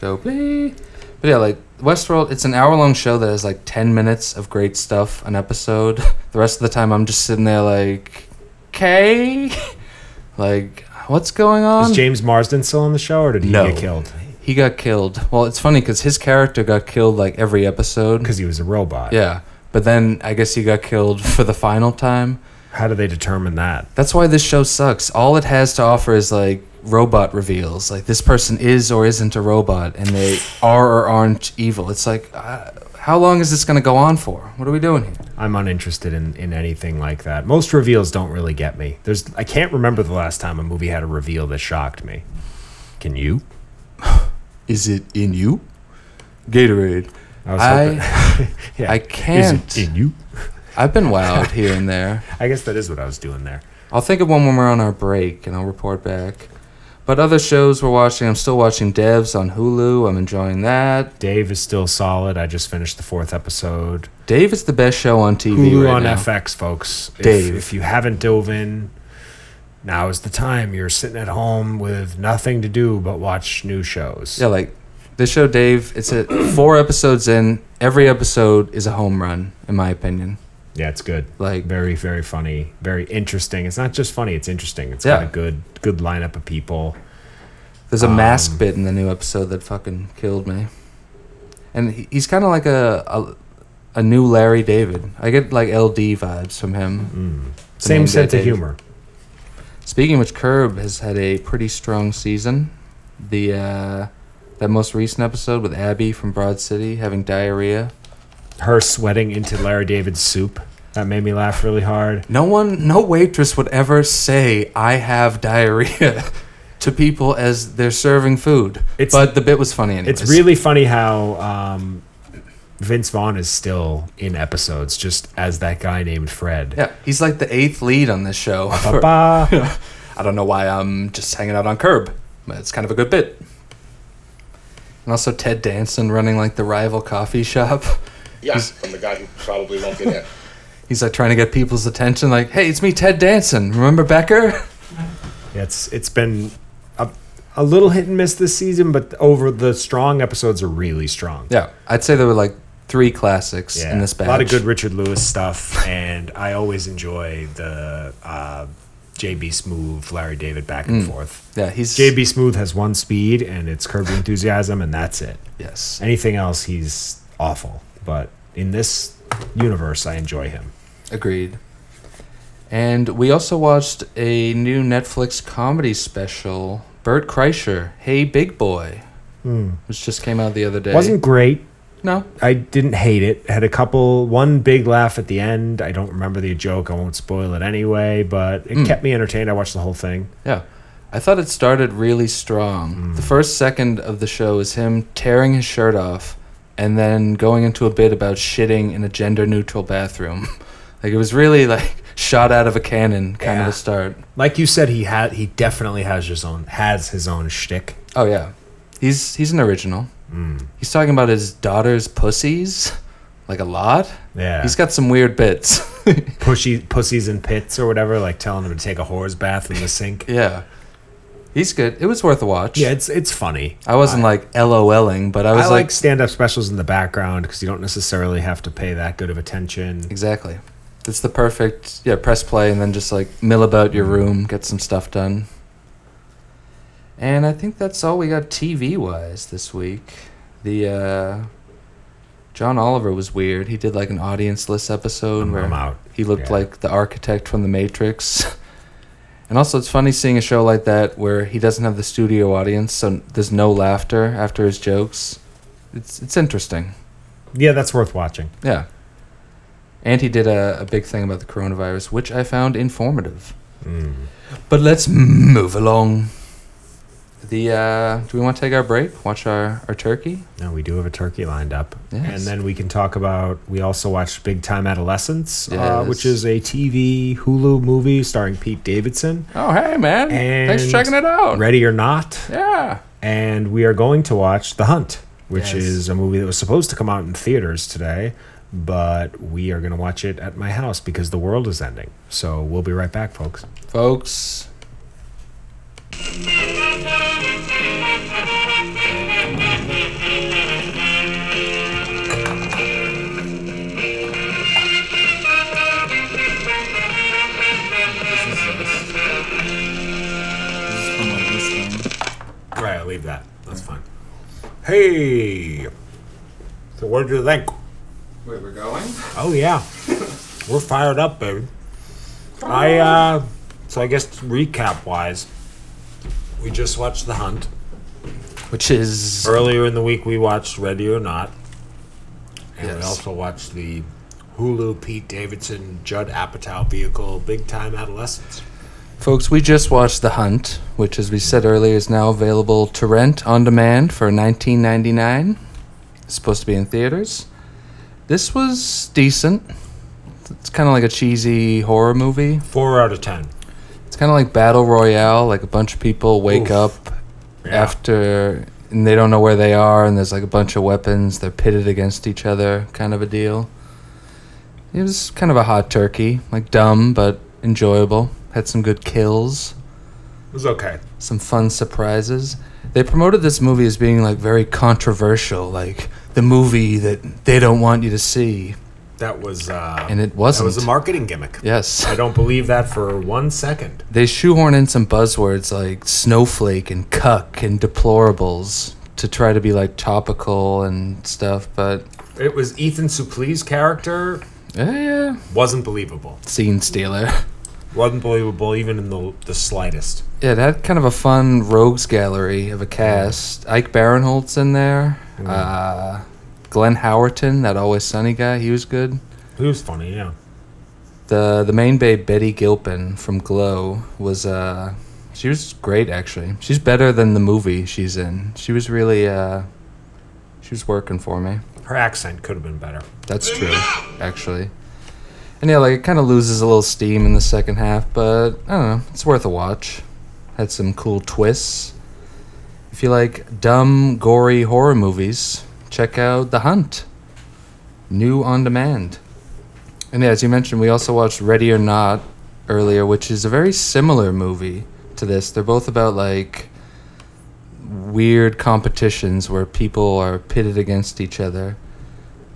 [SPEAKER 2] Dopey. But yeah, like Westworld, it's an hour long show that has like 10 minutes of great stuff an episode. The rest of the time, I'm just sitting there like, okay, like, what's going on?
[SPEAKER 1] Is James Marsden still on the show, or did he
[SPEAKER 2] No.
[SPEAKER 1] get killed
[SPEAKER 2] he got killed. Well, it's funny because his character got killed like every episode.
[SPEAKER 1] because he was a robot?
[SPEAKER 2] Yeah. But then I guess he got killed for the final time.
[SPEAKER 1] How do they determine that?
[SPEAKER 2] That's why this show sucks. All it has to offer is like robot reveals, like this person is or isn't a robot, and they are or aren't evil. It's like, uh, how long is this going to go on for? What are we doing here?
[SPEAKER 1] I'm uninterested in, in anything like that. Most reveals don't really get me. There's I can't remember the last time a movie had a reveal that shocked me. Can you?
[SPEAKER 2] Is it in you? Gatorade.
[SPEAKER 1] I
[SPEAKER 2] I
[SPEAKER 1] yeah.
[SPEAKER 2] I
[SPEAKER 1] Is it
[SPEAKER 2] can't.
[SPEAKER 1] in you?
[SPEAKER 2] I've been wowed here and there.
[SPEAKER 1] I guess that is what I was doing there.
[SPEAKER 2] I'll think of one when we're on our break, and I'll report back. But other shows we're watching, I'm still watching Devs on Hulu. I'm enjoying that.
[SPEAKER 1] Dave is still solid. I just finished the fourth episode.
[SPEAKER 2] Dave is the best show on TV
[SPEAKER 1] Hulu
[SPEAKER 2] right
[SPEAKER 1] on
[SPEAKER 2] now.
[SPEAKER 1] FX, folks. If,
[SPEAKER 2] Dave.
[SPEAKER 1] if you haven't dove in, now is the time. You're sitting at home with nothing to do but watch new shows.
[SPEAKER 2] Yeah, like the show Dave, it's at four episodes in. Every episode is a home run, in my opinion.
[SPEAKER 1] Yeah, it's good.
[SPEAKER 2] Like-
[SPEAKER 1] very, very funny, very interesting. It's not just funny; it's interesting. It's
[SPEAKER 2] Yeah.
[SPEAKER 1] got a good, good lineup of people.
[SPEAKER 2] There's a mask bit in the new episode that fucking killed me. And he- he's kind of like a, a a new Larry David. I get like LD vibes from him.
[SPEAKER 1] Same
[SPEAKER 2] main
[SPEAKER 1] sense of
[SPEAKER 2] decade.
[SPEAKER 1] humor.
[SPEAKER 2] Speaking of which, Curb has had a pretty strong season. The uh, that most recent episode with Abby from Broad City having diarrhea.
[SPEAKER 1] Her sweating into Larry David's soup that made me laugh really hard.
[SPEAKER 2] No one, no waitress would ever say, I have diarrhea to people as they're serving food.
[SPEAKER 1] It's-
[SPEAKER 2] but the bit was funny anyways.
[SPEAKER 1] It's really funny how um, Vince Vaughn is still in episodes, just as that guy named Fred.
[SPEAKER 2] Yeah, he's like the eighth lead on this show.
[SPEAKER 1] Uh, Ba-ba.
[SPEAKER 2] I don't know why I'm just hanging out on Curb. But it's kind of a good bit. And also Ted Danson running like the rival coffee shop.
[SPEAKER 5] Yeah, from the guy who probably won't get in.
[SPEAKER 2] He's like trying to get people's attention like, hey, it's me, Ted Danson. Remember Becker?
[SPEAKER 1] Yeah, it's it's been a, a little hit and miss this season, but over the strong episodes are really strong.
[SPEAKER 2] Yeah, I'd say there were like three classics in this batch.
[SPEAKER 1] A lot of good Richard Lewis stuff, and I always enjoy the uh, JB Smooth, Larry David back
[SPEAKER 2] Hmm.
[SPEAKER 1] and forth.
[SPEAKER 2] Yeah, he's...
[SPEAKER 1] JB Smooth has one speed, and it's Curb Your Enthusiasm, and that's it.
[SPEAKER 2] Yes.
[SPEAKER 1] Anything else, he's awful. But in this universe, I enjoy him.
[SPEAKER 2] Agreed. And we also watched a new Netflix comedy special, Bert Kreischer, Hey Big Boy, which just came out the other day.
[SPEAKER 1] Hmm. Wasn't great.
[SPEAKER 2] no?
[SPEAKER 1] I didn't hate it. Had a couple, one big laugh at the end. I don't remember the joke. I won't spoil it anyway, but
[SPEAKER 2] Hmm.
[SPEAKER 1] it kept me entertained. I watched the whole thing.
[SPEAKER 2] Yeah. I thought it started really strong.
[SPEAKER 1] Hmm.
[SPEAKER 2] The first second of the show is him tearing his shirt off and then going into a bit about shitting in a gender neutral bathroom. like it was really like shot out of a cannon kind of
[SPEAKER 1] Yeah.
[SPEAKER 2] a start.
[SPEAKER 1] Like you said, he had he definitely has his own has his own shtick.
[SPEAKER 2] Oh
[SPEAKER 1] Mm.
[SPEAKER 2] yeah, he's he's an original. He's talking about his daughter's pussies, like a lot.
[SPEAKER 1] Yeah.
[SPEAKER 2] He's got some weird bits.
[SPEAKER 1] Pushy, pussies in pits or whatever, like telling him to take a whore's bath in the sink.
[SPEAKER 2] yeah. He's good. It was worth a watch.
[SPEAKER 1] Yeah, it's it's funny.
[SPEAKER 2] I wasn't like LOLing, but I
[SPEAKER 1] I
[SPEAKER 2] was
[SPEAKER 1] like,
[SPEAKER 2] like,
[SPEAKER 1] stand-up specials in the background because you don't necessarily have to pay that good of attention.
[SPEAKER 2] exactly. It's the perfect yeah, press play and then just like mill about your room, get some stuff done. And I think that's all we got TV wise this week. The uh John Oliver was weird. He did like an audience list episode
[SPEAKER 1] I'm-
[SPEAKER 2] where
[SPEAKER 1] I'm out.
[SPEAKER 2] he looked
[SPEAKER 1] Yeah.
[SPEAKER 2] like the architect from the Matrix. and also it's funny seeing a show like that where he doesn't have the studio audience, so there's no laughter after his jokes. It's it's interesting.
[SPEAKER 1] Yeah, that's worth watching.
[SPEAKER 2] Yeah. And he did a, a big thing about the coronavirus, which I found informative.
[SPEAKER 1] Mm.
[SPEAKER 2] But let's move along. The uh, do we want to take our break? Watch our, our turkey?
[SPEAKER 1] No, we do have a turkey lined up,
[SPEAKER 2] Yes.
[SPEAKER 1] and then we can talk about. We also watched Big Time Adolescence, uh, which
[SPEAKER 2] Yes.
[SPEAKER 1] is a TV Hulu movie starring Pete Davidson.
[SPEAKER 2] Oh hey man! Thanks for
[SPEAKER 1] And
[SPEAKER 2] checking it out.
[SPEAKER 1] Ready or not,
[SPEAKER 2] yeah.
[SPEAKER 1] and we are going to watch The Hunt, which
[SPEAKER 2] Yes.
[SPEAKER 1] is a movie that was supposed to come out in theaters today, but we are going to watch it at my house because the world is ending. So we'll be right back, folks.
[SPEAKER 2] Folks.
[SPEAKER 7] This is just. This is from like this thing.
[SPEAKER 1] Right, I'll leave that. That's fine. Hey! So, what do you think?
[SPEAKER 2] Wait, we're going?
[SPEAKER 1] Oh, yeah. We're fired up, baby. I, uh, so I guess recap wise, we just watched The Hunt.
[SPEAKER 2] Which is
[SPEAKER 1] Earlier in the week, we watched Ready or Not. And we
[SPEAKER 2] Yes.
[SPEAKER 1] also watched the Hulu Pete Davidson Judd Apatow vehicle Big Time Adolescence.
[SPEAKER 2] Folks, we just watched The Hunt, which, as we said earlier, is now available to rent on demand for $19.99. It's supposed to be in theaters. This was decent. It's kind of like a cheesy horror movie.
[SPEAKER 1] Four out of ten.
[SPEAKER 2] It's kind of like Battle Royale, like a bunch of people wake
[SPEAKER 1] Oof.
[SPEAKER 2] up
[SPEAKER 1] Yeah.
[SPEAKER 2] after and they don't know where they are, and there's like a bunch of weapons. They're pitted against each other, kind of a deal. It was kind of a hot turkey, like dumb, but enjoyable. Had some good kills
[SPEAKER 1] it was okay.
[SPEAKER 2] some fun surprises. They promoted this movie as being like very controversial, like the movie that they don't want you to see,
[SPEAKER 1] That was, uh,
[SPEAKER 2] and it
[SPEAKER 1] that
[SPEAKER 2] wasn't.
[SPEAKER 1] was a marketing gimmick.
[SPEAKER 2] yes,
[SPEAKER 1] I don't believe that for one second.
[SPEAKER 2] they shoehorn in some buzzwords like snowflake and cuck and deplorables to try to be like topical and stuff, but
[SPEAKER 1] It was Ethan Suplee's character
[SPEAKER 2] yeah, yeah,
[SPEAKER 1] wasn't believable.
[SPEAKER 2] scene stealer.
[SPEAKER 1] Wasn't believable even in the the slightest.
[SPEAKER 2] Yeah, it had kind of a fun rogues gallery of a cast. Ike Barinholtz in there. Uh, Glenn Howerton, that Always Sunny guy, he was good.
[SPEAKER 1] He was funny, yeah.
[SPEAKER 2] the the main babe Betty Gilpin from Glow was uh she was great actually. She's better than the movie she's in. She was really uh she was working for me.
[SPEAKER 1] Her accent could have been better.
[SPEAKER 2] That's true actually. And yeah, like it kind of loses a little steam in the second half, but I don't know, it's worth a watch. Had some cool twists. If you like dumb, gory horror movies, check out The Hunt. New on demand. And yeah, as you mentioned, we also watched Ready or Not earlier, which is a very similar movie to this. They're both about like weird competitions where people are pitted against each other.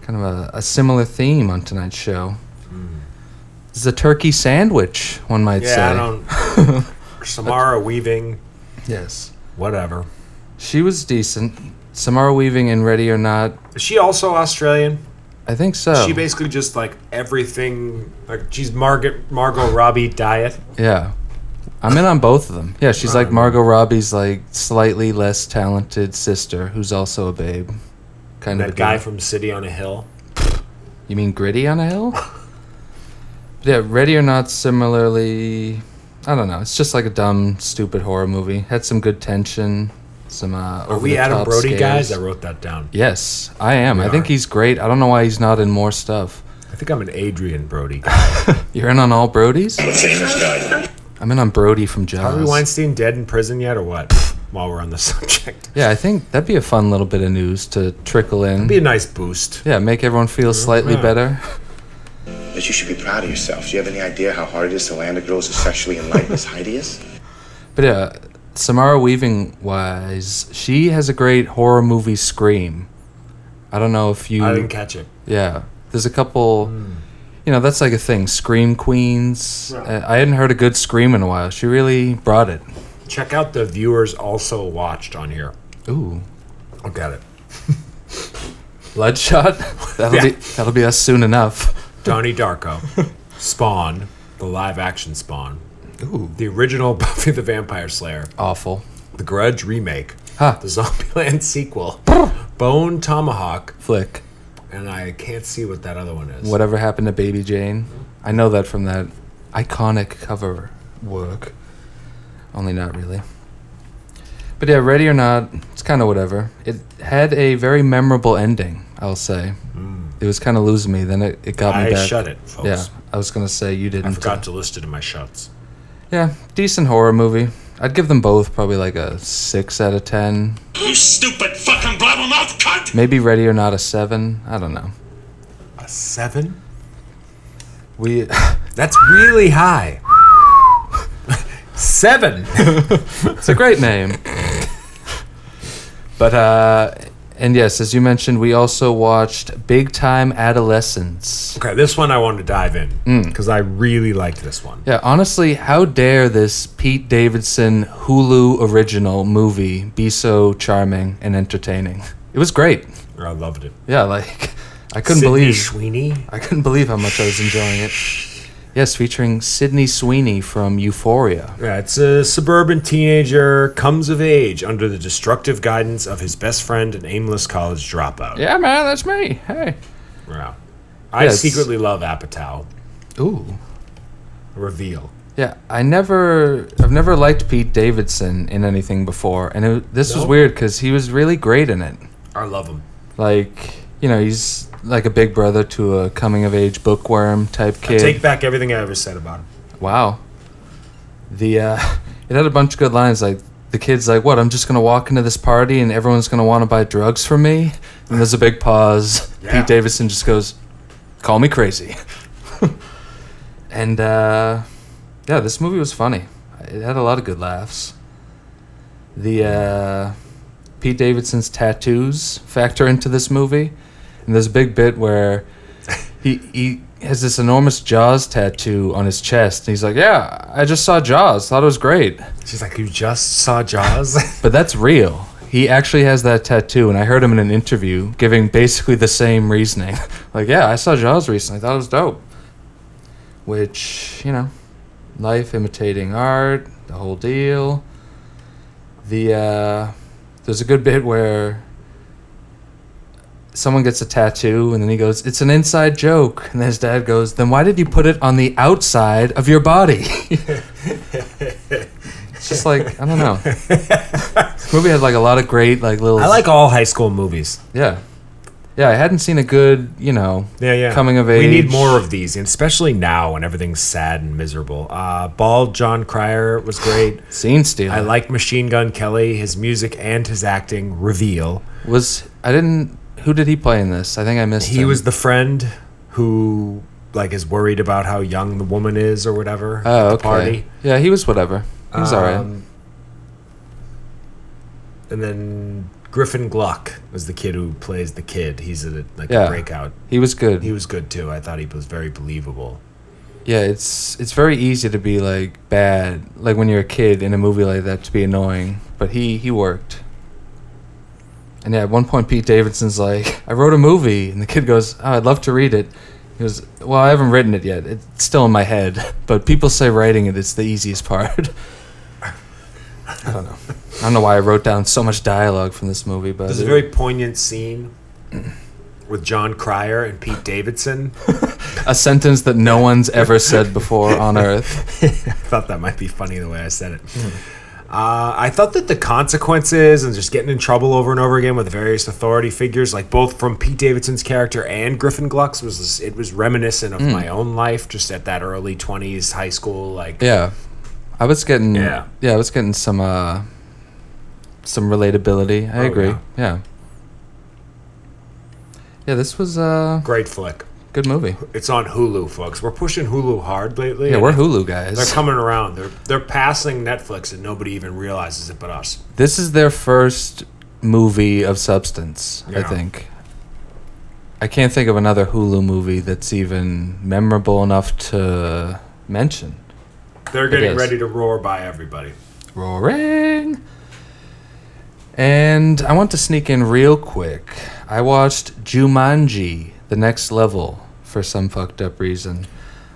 [SPEAKER 2] Kind of a, a similar theme on tonight's show. This is a turkey sandwich, one might
[SPEAKER 1] Hmm. Yeah,
[SPEAKER 2] say.
[SPEAKER 1] I don't. Samara Weaving,
[SPEAKER 2] Yes.
[SPEAKER 1] whatever.
[SPEAKER 2] She was decent. Samara Weaving in Ready or Not,
[SPEAKER 1] Is she also Australian?
[SPEAKER 2] I think so.
[SPEAKER 1] She basically just like everything. Like she's Margaret Margot Robbie diet.
[SPEAKER 2] Yeah. I'm in on both of them. Yeah, she's like Margot Robbie's like slightly less talented sister who's also a babe. Kind of
[SPEAKER 1] That
[SPEAKER 2] a
[SPEAKER 1] guy
[SPEAKER 2] deal.
[SPEAKER 1] from City on a Hill.
[SPEAKER 2] You mean gritty on a hill? yeah, Ready or Not similarly I don't know. It's just like a dumb, stupid horror movie. Had some good tension, some uh
[SPEAKER 1] Are we Adam Brody guys? I wrote that down.
[SPEAKER 2] Yes, I am.
[SPEAKER 1] We
[SPEAKER 2] I think
[SPEAKER 1] are.
[SPEAKER 2] he's great. I don't know why he's not in more stuff.
[SPEAKER 1] I think I'm an Adrian Brody guy.
[SPEAKER 2] You're in on all Brodies?
[SPEAKER 3] The famous guy.
[SPEAKER 2] I'm in on Brody from Jaws.
[SPEAKER 1] Harvey Weinstein dead in prison yet or what? while we're on the subject.
[SPEAKER 2] Yeah, I think that'd be a fun little bit of news to trickle in.
[SPEAKER 1] Be a nice boost.
[SPEAKER 2] yeah, make everyone feel slightly
[SPEAKER 1] Yeah.
[SPEAKER 2] better.
[SPEAKER 8] But you should be proud of yourself. Do you have any idea how hard it is to land a girl as sexually enlightened as Heidi is?
[SPEAKER 2] But yeah, Samara Weaving wise, she has a great horror movie Scream. I don't know if you.
[SPEAKER 1] I Hmm. didn't catch it.
[SPEAKER 2] Yeah, there's a couple. You know, that's like a thing. Scream queens. Uh, I hadn't heard a good scream in a while. She really brought it.
[SPEAKER 1] Check out the viewers also watched on here.
[SPEAKER 2] Ooh,
[SPEAKER 1] I'll get it.
[SPEAKER 2] Bloodshot. That'll be
[SPEAKER 1] Yeah.
[SPEAKER 2] that'll be us soon enough.
[SPEAKER 1] Donnie Darko, Spawn, the live action Spawn, the original Buffy the Vampire Slayer,
[SPEAKER 2] Awful.
[SPEAKER 1] the Grudge remake,
[SPEAKER 2] Huh.
[SPEAKER 1] the Zombieland sequel, Bone Tomahawk,
[SPEAKER 2] Flick.
[SPEAKER 1] and I can't see what that other one is.
[SPEAKER 2] Whatever happened to Baby Jane? I know that from that iconic cover work. Only not really. But yeah, Ready or Not, it's kind of whatever. It had a very memorable ending, I'll say. It was kind of losing me. Then it, it got me
[SPEAKER 1] Mm. I
[SPEAKER 2] back.
[SPEAKER 1] shut it, folks.
[SPEAKER 2] Yeah, I was going to say you didn't.
[SPEAKER 1] I forgot to list it in my shuts.
[SPEAKER 2] Yeah, decent horror movie. I'd give them both probably like a 6 out of 10.
[SPEAKER 4] You stupid fucking blabbermouth cunt!
[SPEAKER 2] Maybe Ready or Not a 7. I don't know.
[SPEAKER 1] A seven?
[SPEAKER 2] We
[SPEAKER 1] That's really high. seven.
[SPEAKER 2] It's a great name. but uh and yes, as you mentioned, we also watched Big Time Adolescence.
[SPEAKER 1] okay, this one I want to dive in
[SPEAKER 2] Mm.
[SPEAKER 1] because I really liked this one.
[SPEAKER 2] Yeah, honestly, how dare this Pete Davidson Hulu original movie be so charming and entertaining? It was great.
[SPEAKER 1] I loved it.
[SPEAKER 2] Yeah, like I couldn't
[SPEAKER 1] Sidney
[SPEAKER 2] believe
[SPEAKER 1] Sweeney.
[SPEAKER 2] I couldn't believe how much I was enjoying it. Yes, featuring Sydney Sweeney from Euphoria.
[SPEAKER 1] Yeah, it's a suburban teenager comes of age under the destructive guidance of his best friend, an aimless college dropout.
[SPEAKER 2] Yeah, man, that's me. Hey.
[SPEAKER 1] Wow. I
[SPEAKER 2] Yes.
[SPEAKER 1] secretly love Apatow.
[SPEAKER 2] Ooh.
[SPEAKER 1] Reveal.
[SPEAKER 2] Yeah, I never, I've never liked Pete Davidson in anything before, and it, this was
[SPEAKER 1] No?
[SPEAKER 2] weird because he was really great in it.
[SPEAKER 1] I love him.
[SPEAKER 2] Like, you know, he's like a big brother to a coming-of-age bookworm type kid.
[SPEAKER 1] Take back everything I ever said about him.
[SPEAKER 2] wow. The uh, it had a bunch of good lines. Like the kid's like, "What? I'm just gonna walk into this party and everyone's gonna want to buy drugs from me." And there's a big pause.
[SPEAKER 1] Yeah.
[SPEAKER 2] Pete Davidson just goes, "Call me crazy." and uh, yeah, this movie was funny. It had a lot of good laughs. The uh, Pete Davidson's tattoos factor into this movie, and there's a big bit where he he has this enormous Jaws tattoo on his chest, and he's like, "Yeah, I just saw Jaws. Thought it was great."
[SPEAKER 1] She's like, You just saw Jaws?
[SPEAKER 2] But that's real. He actually has that tattoo, and I heard him in an interview giving basically the same reasoning. like, yeah, I saw Jaws recently. Thought it was dope. Which, you know, life imitating art, the whole deal. The, uh, there's a good bit where someone gets a tattoo, and then he goes, it's an inside joke. And then his dad goes, then why did you put it on the outside of your body? it's just like, I don't know. This movie had like a lot of great like little.
[SPEAKER 1] I like all high school movies.
[SPEAKER 2] Yeah, yeah. I hadn't seen a good you know.
[SPEAKER 1] Yeah, yeah.
[SPEAKER 2] Coming of
[SPEAKER 1] We need
[SPEAKER 2] age.
[SPEAKER 1] more of these, and especially now when everything's sad and miserable. Uh, Bald John Cryer was great.
[SPEAKER 2] Scene stealing.
[SPEAKER 1] I like Machine Gun Kelly, his music and his acting. Reveal.
[SPEAKER 2] was I didn't. Who did he play in this? I think I missed.
[SPEAKER 1] He
[SPEAKER 2] him.
[SPEAKER 1] was the friend who like is worried about how young the woman is or whatever
[SPEAKER 2] oh,
[SPEAKER 1] at the
[SPEAKER 2] okay.
[SPEAKER 1] party.
[SPEAKER 2] Yeah, he was whatever. He was alright.
[SPEAKER 1] Um, And then Griffin Gluck was the kid who plays the kid. He's a like
[SPEAKER 2] Yeah.
[SPEAKER 1] a breakout.
[SPEAKER 2] He was good.
[SPEAKER 1] He was good too. I thought he was very believable.
[SPEAKER 2] yeah, it's it's very easy to be like bad, like when you're a kid in a movie like that to be annoying. But he he worked. And yeah, at one point Pete Davidson's like, "I wrote a movie," and the kid goes, "Oh, I'd love to read it." He goes, "Well, I haven't written it yet. It's still in my head, but people say writing it is the easiest part." I don't know. I don't know why I wrote down so much dialogue from this movie, but
[SPEAKER 1] There's a
[SPEAKER 2] it-
[SPEAKER 1] very poignant scene with John Cryer and Pete Davidson.
[SPEAKER 2] a sentence that no one's ever said before on Earth.
[SPEAKER 1] I thought that might be funny the way I said it.
[SPEAKER 2] Hmm.
[SPEAKER 1] Uh, I thought that the consequences and just getting in trouble over and over again with various authority figures, like both from Pete Davidson's character and Griffin Gluck's, was it was reminiscent
[SPEAKER 2] Hmm.
[SPEAKER 1] of my own life, just at that early twenties, high school. Like,
[SPEAKER 2] Yeah, I was getting
[SPEAKER 1] Yeah.
[SPEAKER 2] yeah, I was getting some uh, some relatability. I
[SPEAKER 1] Oh,
[SPEAKER 2] agree.
[SPEAKER 1] yeah.
[SPEAKER 2] Yeah. yeah. this was a
[SPEAKER 1] Great flick.
[SPEAKER 2] good movie.
[SPEAKER 1] It's on Hulu, folks. We're pushing Hulu hard lately.
[SPEAKER 2] Yeah,
[SPEAKER 1] and
[SPEAKER 2] we're Hulu
[SPEAKER 1] They're
[SPEAKER 2] guys.
[SPEAKER 1] coming around. They're they're passing Netflix, and nobody even realizes it but us.
[SPEAKER 2] This is their first movie of substance, I
[SPEAKER 1] Yeah.
[SPEAKER 2] think. I can't think of another Hulu movie that's even memorable enough to mention.
[SPEAKER 1] They're getting
[SPEAKER 2] is.
[SPEAKER 1] ready to roar by everybody.
[SPEAKER 2] Roaring. And I want to sneak in real quick. I watched Jumanji, The Next Level, for some fucked up reason.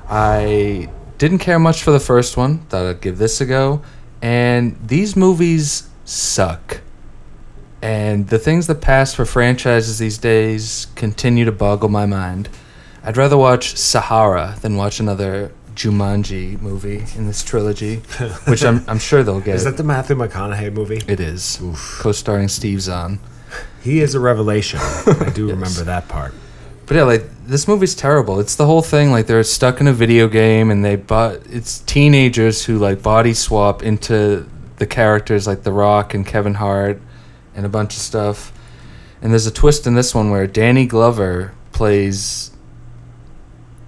[SPEAKER 2] I didn't care much for the first one, thought I'd give this a go. And these movies suck. And the things that pass for franchises these days continue to boggle my mind. I'd rather watch Sahara than watch another Jumanji movie in this trilogy, which I'm, I'm sure they'll get.
[SPEAKER 1] Is that the Matthew McConaughey movie?
[SPEAKER 2] It is. Co-starring Steve Zahn.
[SPEAKER 1] He is a revelation. I do remember that part.
[SPEAKER 2] But yeah, like this movie's terrible. It's the whole thing like they're stuck in a video game and they but it's teenagers who like body swap into the characters like The Rock and Kevin Hart and a bunch of stuff. And there's a twist in this one where Danny Glover plays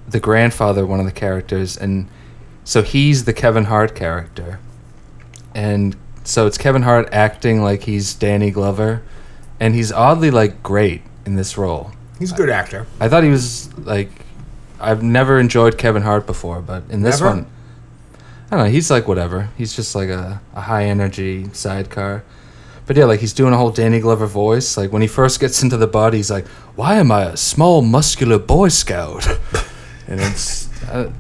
[SPEAKER 2] the grandfather of one of the characters and so he's the Kevin Hart character. And so it's Kevin Hart acting like he's Danny Glover and he's oddly like great in this role.
[SPEAKER 1] He's a good actor.
[SPEAKER 2] I thought he was like I've never enjoyed Kevin Hart before, but in this
[SPEAKER 1] Never?
[SPEAKER 2] one I don't know, he's like whatever. He's just like a, a high energy sidecar. But yeah, like he's doing a whole Danny Glover voice. Like when he first gets into the body, he's like, "Why am I a small, muscular Boy Scout?" and it's uh,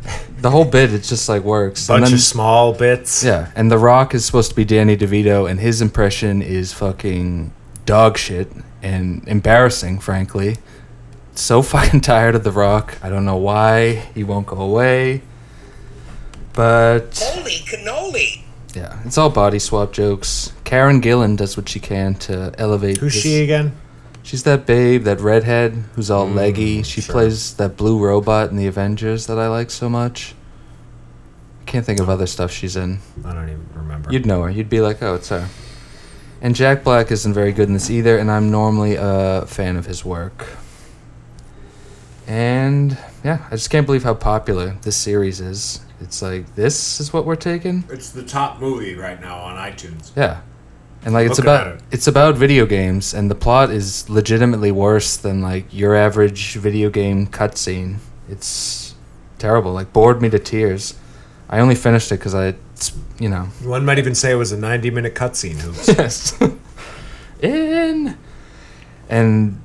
[SPEAKER 2] the whole bit. It just like works.
[SPEAKER 1] Bunch
[SPEAKER 2] and then,
[SPEAKER 1] of small bits.
[SPEAKER 2] yeah, and The Rock is supposed to be Danny DeVito, and his impression is fucking dog shit and embarrassing, frankly. So fucking tired of The Rock. I don't know why he won't go away. But
[SPEAKER 9] Holy cannoli!
[SPEAKER 2] yeah, it's all body swap jokes. Karen Gillan does what she can to elevate.
[SPEAKER 1] Who's
[SPEAKER 2] this-
[SPEAKER 1] she Mm, again?
[SPEAKER 2] She's that babe, that redhead who's all leggy. She plays that blue robot in the Avengers that I like so much. Can't think of other stuff she's in.
[SPEAKER 1] I don't even remember.
[SPEAKER 2] You'd know her. You'd be like, oh, it's her. And Jack Black isn't very good in this either, and I'm normally a fan of his work. And yeah, I just can't believe how popular this series is. It's like this is what we're taking.
[SPEAKER 1] it's the top movie right now on iTunes.
[SPEAKER 2] Yeah, and like it's
[SPEAKER 1] Look at
[SPEAKER 2] about
[SPEAKER 1] it.
[SPEAKER 2] it's about video games, and the plot is legitimately worse than like your average video game cutscene. It's terrible. Like bored me to tears. I only finished it because I, you know,
[SPEAKER 1] One might even say it was a 90 minute cutscene. Hoops.
[SPEAKER 2] Yes. in. And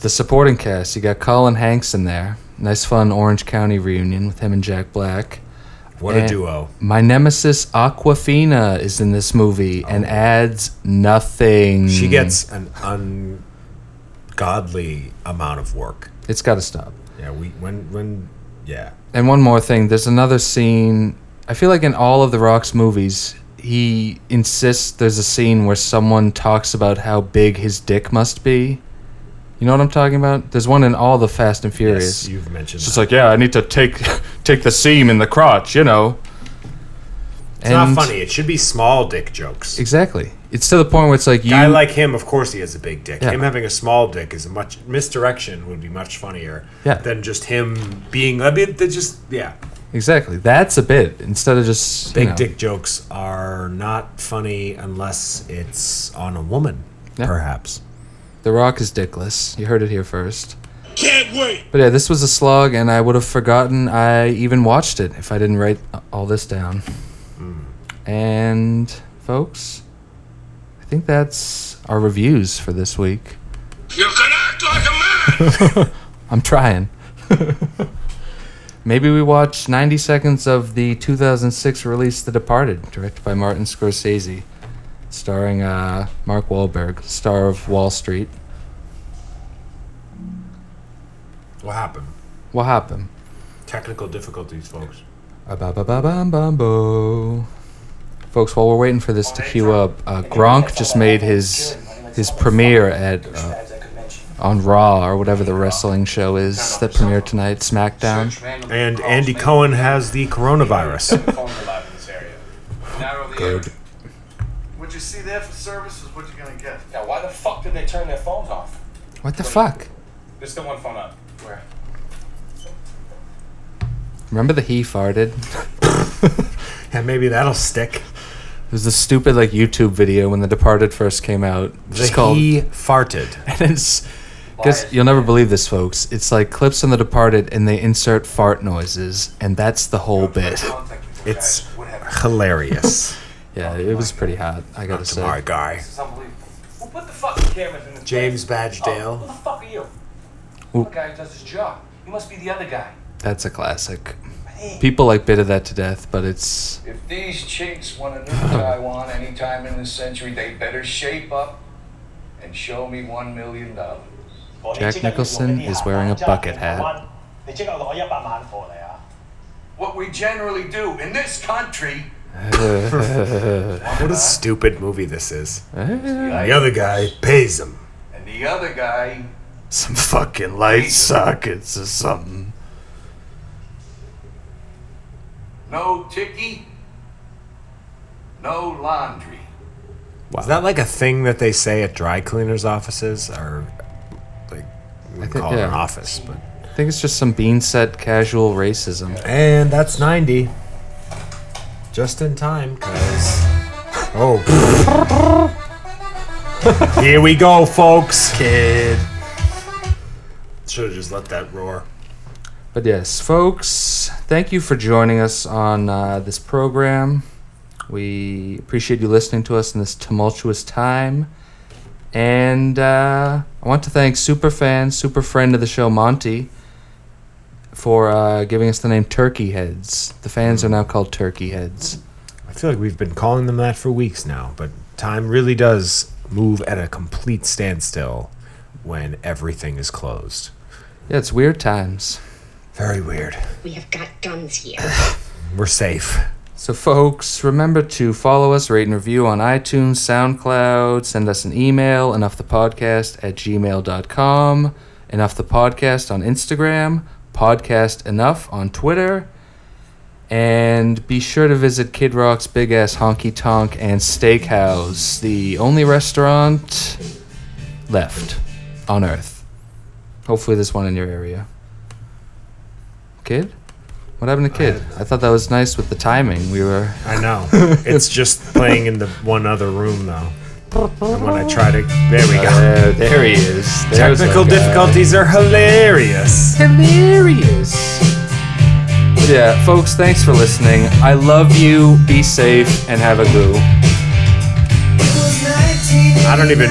[SPEAKER 2] the supporting cast, you got Colin Hanks in there. Nice fun Orange County reunion with him and Jack Black.
[SPEAKER 1] What a
[SPEAKER 2] And
[SPEAKER 1] duo.
[SPEAKER 2] My nemesis Aquafina is in this movie and adds nothing.
[SPEAKER 1] Oh. She gets an ungodly amount of work.
[SPEAKER 2] It's got to stop.
[SPEAKER 1] Yeah, we when when yeah.
[SPEAKER 2] And one more thing, there's another scene. I feel like in all of The Rock's movies, he insists there's a scene where someone talks about how big his dick must be. You know what I'm talking about? There's one in all the Fast and Furious.
[SPEAKER 1] Yes, you've mentioned
[SPEAKER 2] it's
[SPEAKER 1] that.
[SPEAKER 2] like, yeah, I need to take take the seam in the crotch, you know.
[SPEAKER 1] It's not funny. It should be small dick jokes.
[SPEAKER 2] Exactly. It's to the point where it's like you
[SPEAKER 1] Guy like him, of course, he has a big dick.
[SPEAKER 2] Yeah.
[SPEAKER 1] Him having a small dick is a much misdirection would be much funnier
[SPEAKER 2] Yeah.
[SPEAKER 1] than just him being. I mean, they just yeah.
[SPEAKER 2] exactly. That's a bit instead of just you
[SPEAKER 1] Big
[SPEAKER 2] know.
[SPEAKER 1] dick jokes are not funny unless it's on a woman,
[SPEAKER 2] Yeah.
[SPEAKER 1] perhaps.
[SPEAKER 2] The Rock is dickless. You heard it here first.
[SPEAKER 4] Can't wait!
[SPEAKER 2] But yeah, this was a slog, and I would have forgotten I even watched it if I didn't write all this down. And, folks, I think that's our reviews for this week.
[SPEAKER 4] You can act like a man!
[SPEAKER 2] I'm trying. Maybe we watch 90 seconds of the 2006 release The Departed, directed by Martin Scorsese, starring uh, Mark Wahlberg, star of Wall Street.
[SPEAKER 1] What happened?
[SPEAKER 2] What happened?
[SPEAKER 1] Technical difficulties, folks.
[SPEAKER 2] Ba-ba-ba-bam-bambo. Folks, while we're waiting for this to queue up, uh, Gronk just made his his premiere at uh, on Raw or whatever the wrestling show is that premiered tonight, SmackDown.
[SPEAKER 1] And Andy Cohen has the coronavirus.
[SPEAKER 10] Good. Would you
[SPEAKER 9] see there for service is what you're gonna get.
[SPEAKER 10] Now, why the fuck did they turn their phones off?
[SPEAKER 2] What the fuck?
[SPEAKER 10] There's still one phone up. Where?
[SPEAKER 2] Remember the he farted?
[SPEAKER 1] And maybe that'll stick.
[SPEAKER 2] There's a stupid like YouTube video when The Departed first came out. It's
[SPEAKER 1] The
[SPEAKER 2] called
[SPEAKER 1] he farted.
[SPEAKER 2] and it's guess you'll never believe this, folks. It's like clips on The Departed and they insert fart noises, and that's the whole bit.
[SPEAKER 10] Contact with you
[SPEAKER 1] It's
[SPEAKER 10] guys. What happened?
[SPEAKER 1] hilarious.
[SPEAKER 2] Yeah, it was pretty hot. I gotta say.
[SPEAKER 1] Tomorrow guy.
[SPEAKER 10] It's unbelievable. Well, put the fucking cameras in this
[SPEAKER 1] James
[SPEAKER 10] place.
[SPEAKER 1] Badgedale.
[SPEAKER 10] Oh, who the fuck are you?
[SPEAKER 2] Oop.
[SPEAKER 10] The guy who does his job. You must be the other guy.
[SPEAKER 2] That's a classic.
[SPEAKER 10] Man.
[SPEAKER 2] People like bitter that to death, but it's
[SPEAKER 9] If these chicks want a new Taiwan anytime in this century, they better shape up and show me one million dollars.
[SPEAKER 2] Jack Nicholson is wearing a bucket hat.
[SPEAKER 9] What we generally do in this country.
[SPEAKER 1] What a stupid movie this is. The other guy pays him
[SPEAKER 9] And the other guy.
[SPEAKER 1] some fucking light sockets or something.
[SPEAKER 9] No ticky. No laundry.
[SPEAKER 1] Is that like a thing that they say at dry cleaners' offices, or like we
[SPEAKER 2] think-
[SPEAKER 1] call it an
[SPEAKER 2] yeah.
[SPEAKER 1] office? But
[SPEAKER 2] I think it's just some bean set casual racism.
[SPEAKER 1] and that's ninety, just in time, cause oh, here we go, folks. Kid, should have just let that roar.
[SPEAKER 2] But yes, folks, thank you for joining us on uh, this program. We appreciate you listening to us in this tumultuous time. And uh, I want to thank super fan, super friend of the show, Monty, for uh, giving us the name Turkey Heads. The fans are now called Turkey Heads.
[SPEAKER 1] I feel like we've been calling them that for weeks now, but time really does move at a complete standstill when everything is closed.
[SPEAKER 2] Yeah, it's weird times.
[SPEAKER 1] Very weird.
[SPEAKER 6] We have got guns here.
[SPEAKER 1] We're safe.
[SPEAKER 2] So, folks, remember to follow us, rate and review on iTunes, SoundCloud, send us an email, enoughthepodcast at gmail.com, enoughthepodcast on Instagram, podcast enough on Twitter, and be sure to visit Kid Rock's Big Ass Honky Tonk and Steakhouse, the only restaurant left on Earth. Hopefully, there's one in your area. Kid? What happened to Kid? I thought that was nice with the timing. We were.
[SPEAKER 1] I know. it's just playing in the one other room though. And when I try to, there we go.
[SPEAKER 2] Uh, there he is. There's
[SPEAKER 1] Technical
[SPEAKER 2] our guy.
[SPEAKER 1] difficulties are hilarious.
[SPEAKER 2] Hilarious. But yeah, folks, thanks for listening. I love you. Be safe and have a goo.
[SPEAKER 1] I don't even.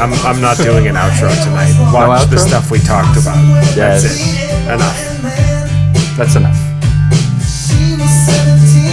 [SPEAKER 1] I'm, I'm not doing an outro tonight. Watch the
[SPEAKER 2] outro?
[SPEAKER 1] stuff we talked about.
[SPEAKER 2] Yes.
[SPEAKER 1] That's it. Enough.
[SPEAKER 2] That's enough.
[SPEAKER 4] She was 17.